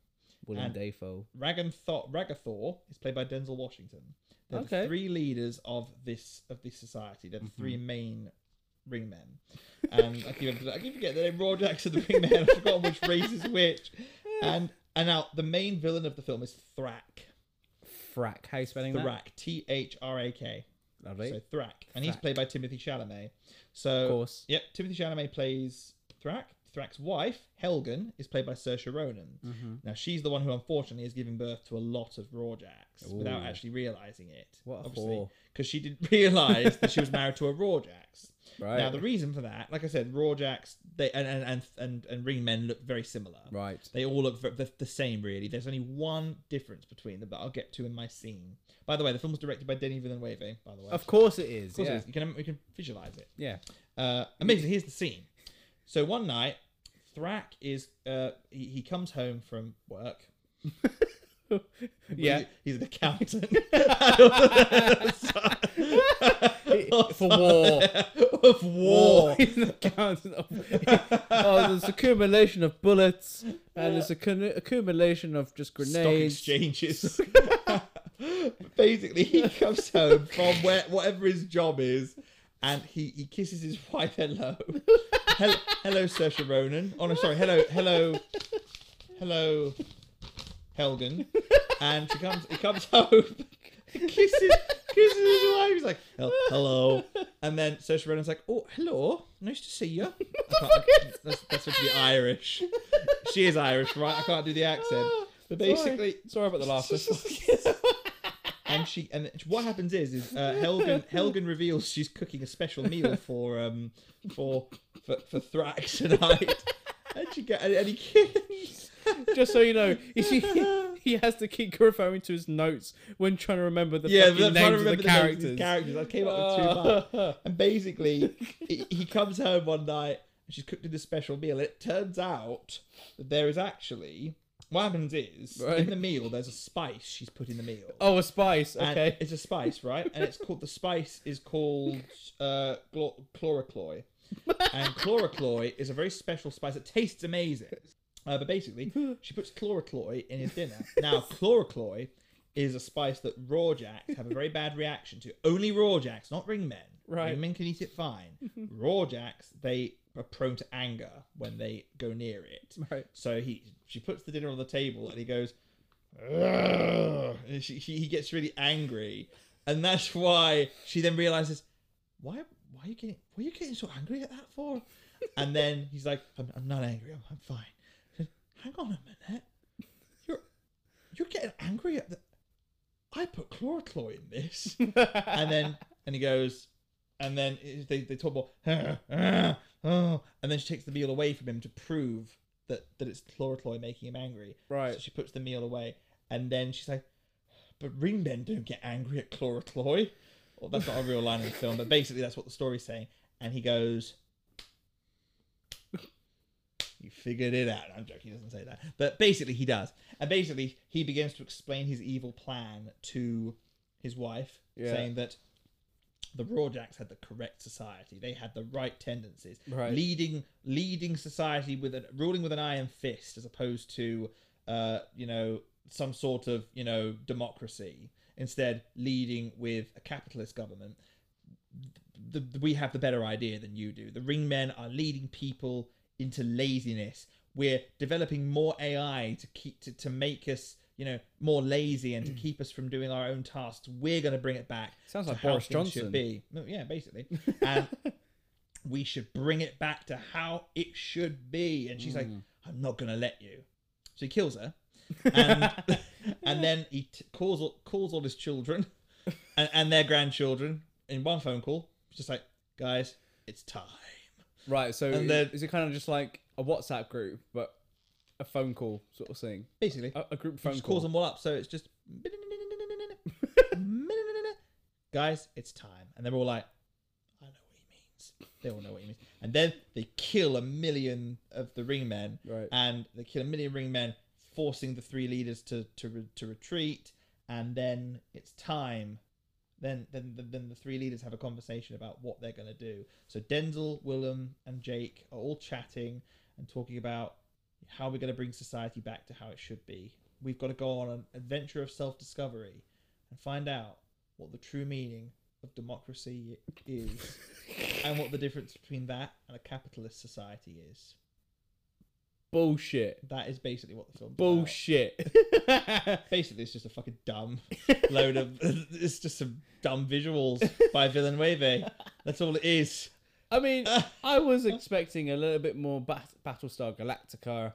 Willem and- Dafoe. Raganthor, Ragathor is played by Denzel Washington. They're the Okay. three leaders of this of this society. They're the three main ringmen. And I keep, I keep forgetting the name Rorjax and the ringmen. I've forgotten which race is [laughs] which. And and now the main villain of the film is Thrak. Frack. How you spelling that? Thrak. T H R A K. Lovely. So Thrak, and he's Thrak. played by Timothy Chalamet. So Of course. yep, Timothy Chalamet plays Thrak. Thrak's wife Helgen is played by Saoirse Ronan. Mm-hmm. Now she's the one who unfortunately is giving birth to a lot of Rorjaks without Ooh. actually realizing it. What a whore. because she didn't [laughs] realize that she was married to a Rorjax. Right. Now the reason for that, like I said, Rorjaks they and and and and, and ringmen look very similar. right. They all look ver- the, the same, really. There's only one difference between them that I'll get to in my scene. By the way, the film was directed by Denis Villeneuve. By the way, Of course it is. Of course it yeah. is. you can you can visualize it. Yeah. Uh, amazing. Here's the scene. So one night, Thrak is uh, he, he comes home from work. [laughs] Yeah. he's an accountant [laughs] For war. [laughs] of Oh, [laughs] war. He's an accountant of- [laughs] oh, there's accumulation of bullets, and there's accu- accumulation of just grenades. [laughs] Stock exchanges. [laughs] But Basically, he comes home from where whatever his job is, and he, he kisses his wife hello. hello, hello, Saoirse Ronan. Oh no, sorry. Hello, hello, hello, Helgen. And she comes. He comes [laughs] home. kisses, kisses his wife. He's like, "Hel- hello. And then Saoirse Ronan's like, oh, hello. Nice to see you. That's, that's supposed to be Irish. She is Irish, right? I can't do the accent. But basically, Ah, sorry, sorry about the laughter. and she and what happens is is uh, [laughs] Helgen Helgen reveals she's cooking a special meal for um for for, for Thrax tonight. And she get and, and he [laughs] kisses. [laughs] Just so you know, he, he, he has to keep referring to his notes when trying to remember the Yeah, fucking but I'm names trying to of remember the the names of characters. Ah. these characters. I came up with [laughs] two. bad. And basically, he, he comes home one night and she's cooked him this special meal. It turns out that there is actually what happens is Right. in the meal there's a spice she's put in the meal. oh, a spice. And Okay. it's a spice, right? And it's called the spice is called uh, glo- chlorocloy, and chlorocloy is a very special spice that tastes amazing. Uh, but basically, she puts chlorocloy in his dinner. Now, chlorocloy is a spice that raw jacks have a very bad reaction to. Only raw jacks, not ring men. Right. Ring men can eat it fine. raw jacks, they are prone to anger when they go near it. Right. So he, she puts the dinner on the table, and he goes, "Ugh," and she, she, he gets really angry, and that's why she then realizes, why, why are you getting, why are you getting so angry at that for? And then he's like, I'm, I'm not angry, I'm, I'm fine. She said, Hang on a minute, you're, you're getting angry at the, I put chlorocloy in this, and then, and he goes, and then it- they they talk about, "Huh, huh, oh," and then she takes the meal away from him to prove. That, that it's chlorocloy making him angry. Right. So she puts the meal away, and then she's like, "But ring men don't get angry at chlorocloy." Well, that's not a real line in the film, but basically that's what the story's saying. And he goes, "You figured it out." I'm joking. He doesn't say that, but basically he does. And basically he begins to explain his evil plan to his wife, Yeah. saying that the Rawjacks had the correct society. They had the right tendencies. Right. Leading leading society with an ruling with an iron fist as opposed to uh, you know, some sort of, you know, democracy. Instead, leading with a capitalist government. The, the- we have the better idea than you do. The ring men are leading people into laziness. We're developing more AI to keep to, to make us, you know, more lazy and to keep us from doing our own tasks. We're going to bring it back. Mm. Sounds to like how Boris things should Johnson. be. Well, Yeah, basically. [laughs] And we should bring it back to how it should be. And she's like, Mm. I'm not going to let you. So he kills her. And, [laughs] and then he t- calls, all- calls all his children and, and their grandchildren in one phone call. It's just like, guys, it's time. Right. So And is- then- is it kind of just like a WhatsApp group, but a phone call sort of thing? Basically, A, a group he Oh, phone just call. calls them all up. So it's just, [laughs] guys, it's time. And they're all like, I know what he means. [laughs] They all know what he means. And then they kill a million of the ring men. Right. And they kill a million ring men, forcing the three leaders to to, re- to retreat. And then it's time. Then, then then the three leaders have a conversation about what they're going to do. So Denzel, Willem, and Jake are all chatting and talking about how we're going to bring society back to how it should be. We've got to go on an adventure of self discovery and find out what the true meaning of democracy [laughs] is and what the difference between that and a capitalist society is. Bullshit. That is basically what the film. Bullshit. [laughs] Basically, it's just a fucking [laughs] dumb load of. [laughs] It's just some dumb visuals by Villanueva. That's all it is. I [laughs] mean, I was expecting a little bit more bat- Battlestar Galactica,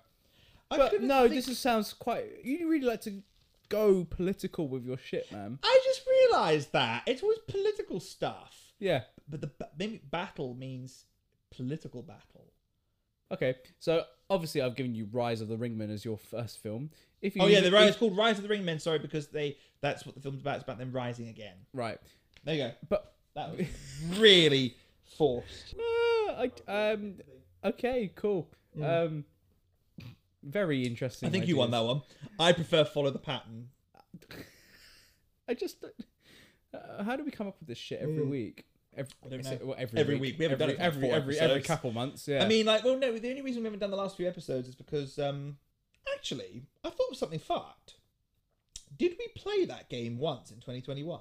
I but couldn't no, think- this is, sounds quite. You really like to go political with your shit, man. I just realised that it's always political stuff. Yeah. But the ba- maybe battle means political battle. Okay. So obviously, I've given you Rise of the Ringmen as your first film. If you Oh yeah, the rise, if- it's called Rise of the Ringmen. Sorry, because they that's what the film's about. It's about them rising again. right, There you go. but [laughs] That was really forced. Uh, I, um, okay, cool. Um, very interesting. I think you won that one. I prefer follow the pattern. I just. don't- Uh, how do we come up with this shit every week? Every, don't is it- know. well, every, Every week. week. We haven't done every, it for like every four every every episodes. couple months. Yeah. I mean, like, well, no. The only reason we haven't done the last few episodes is because, um, actually, I thought of something fucked. Did we play that game once in 2021?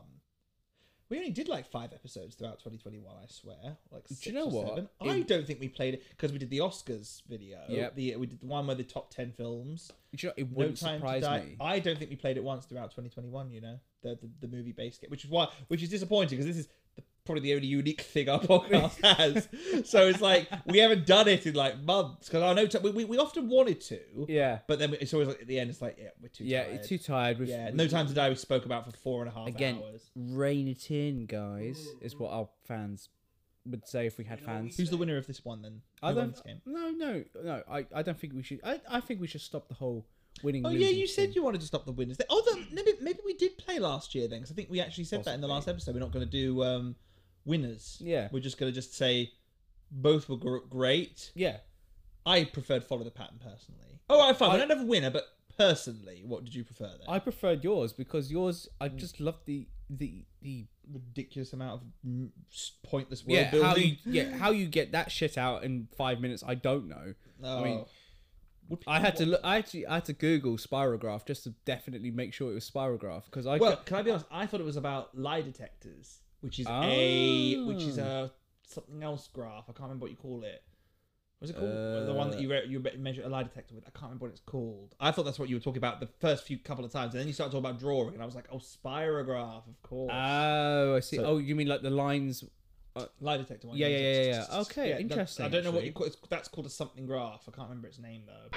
We only did like five episodes throughout 2021. I swear, like six you know or what? seven. It- I don't think we played it because we did the Oscars video. Yep. The we did the one where the top ten films. Do you know, it No wouldn't time to surprise die. me. I don't think we played it once throughout 2021. You know. the the, the movie base game, which is why which is disappointing because this is the, probably the only unique thing our [laughs] podcast has. So it's like we haven't done it in like months because I know t- we, we we often wanted to, Yeah. but then it's always like at the end it's like yeah we're too Yeah, tired. too tired. We've, yeah we've no time to die we spoke about for four and a half Again, hours. rein it in, guys, is what our fans would say if we had fans. Who's the winner of this one then? I Who won don't. this game? No, no, no. I, I don't think we should. I, I think we should stop the whole winning. Oh yeah, you said you wanted to stop the winners. Oh, that, maybe maybe we did play last year then, because I think we actually said that in the last episode. We're not going to do um, winners. Yeah. we're just going to just say both were gr- great. Yeah. I preferred follow the pattern personally. Oh, right, fine. I, I- don't have a winner, but personally, what did you prefer then? I preferred yours because yours. I just loved the the the Ridiculous amount of mm, s- pointless world yeah building. how you yeah how you get that shit out in five minutes. I don't know. Oh. I mean, Would I people had to look. I actually I had to Google spirograph just to definitely make sure it was spirograph because I Well, cou- can I be honest? I thought it was about lie detectors, which is a which is Oh. a something else graph. I can't remember what you call it. What's it called? the one that you re- you re- measure a lie detector with. I can't remember what it's called. I thought that's what you were talking about the first few couple of times, and then you started talking about drawing, and I was like, oh, spirograph, of course, oh I see. So- oh, you mean like the lines? lie detector one. Yeah, yeah, yeah, yeah, yeah. Okay, that- interesting, I don't know what actually. you call it's, that's called a something graph. I can't remember its name though.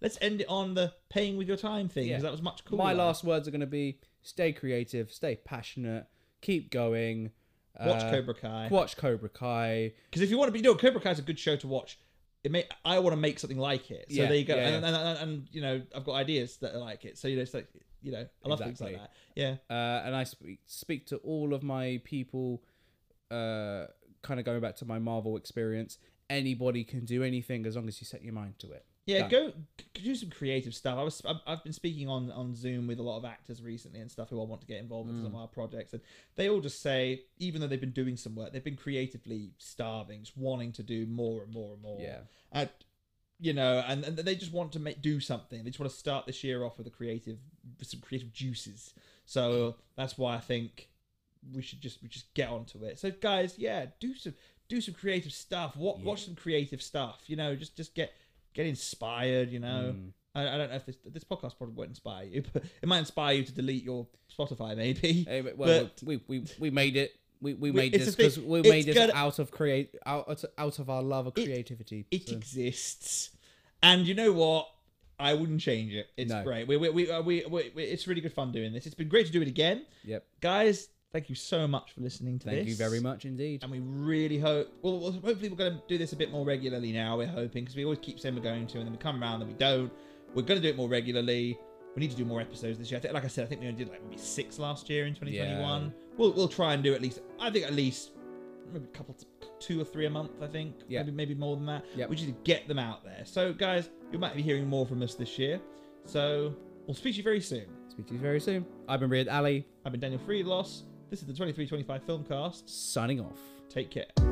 Let's end it on the paying with your time thing because Yeah. that was much cooler. My last words are going to be: stay creative, stay passionate, keep going. watch uh, Cobra Kai. Watch Cobra Kai. Because if you want to be, you know, Cobra Kai is a good show to watch. It may, I want to make something like it. So Yeah, there you go. yeah, and, and, and, and, you know, I've got ideas that are like it. So you know, it's like you know, I love things Exactly. like that. Yeah. uh, and I speak, speak to all of my people. Uh, kind of going back to my Marvel experience, anybody can do anything as long as you set your mind to it. Yeah, Done. go g- do some creative stuff. I was I've, I've been speaking on on Zoom with a lot of actors recently and stuff who I want to get involved with Mm. some of our projects, and they all just say even though they've been doing some work, they've been creatively starving, just wanting to do more and more and more. Yeah. and you know, and, and they just want to make do something. They just want to start this year off with a creative, with some creative juices. So that's why I think we should just we just get onto it. So guys, yeah, do some do some creative stuff. Watch, watch some creative stuff. You know, just just get get inspired. You know, Hmm. I, I don't know if this this podcast probably won't inspire you, but it might inspire you to delete your Spotify maybe. Hey, but- well, But- we, we we made it. We, we We- made it's this a thing- because we it's made this gonna- out of create out out- out of our love of It- creativity. [laughs] It so- exists, and you know what? I wouldn't change it. It's No. great. We we we, uh, we we we it's really good fun doing this. It's been great to do it again, yep. guys. Thank you so much for listening to Thank this. you very much indeed. And we really hope. Well, well, hopefully we're going to do this a bit more regularly now. We're hoping because we always keep saying we're going to, and then we come around and we don't. We're going to do it more regularly. We need to do more episodes this year. I think, like I said, I think we only did like maybe six last year in 2021. Yeah. We'll we'll try and do at least. I think at least maybe a couple, two or three a month. I think. Yeah. Maybe maybe more than that. Yep. We just need to get them out there. So guys, you might be hearing more from us this year. So we'll speak to you very soon. Speak to you very soon. I've been Riyad Ali, I've been Daniel Freelos. This is the 2325 Filmcast. signing off. Take care.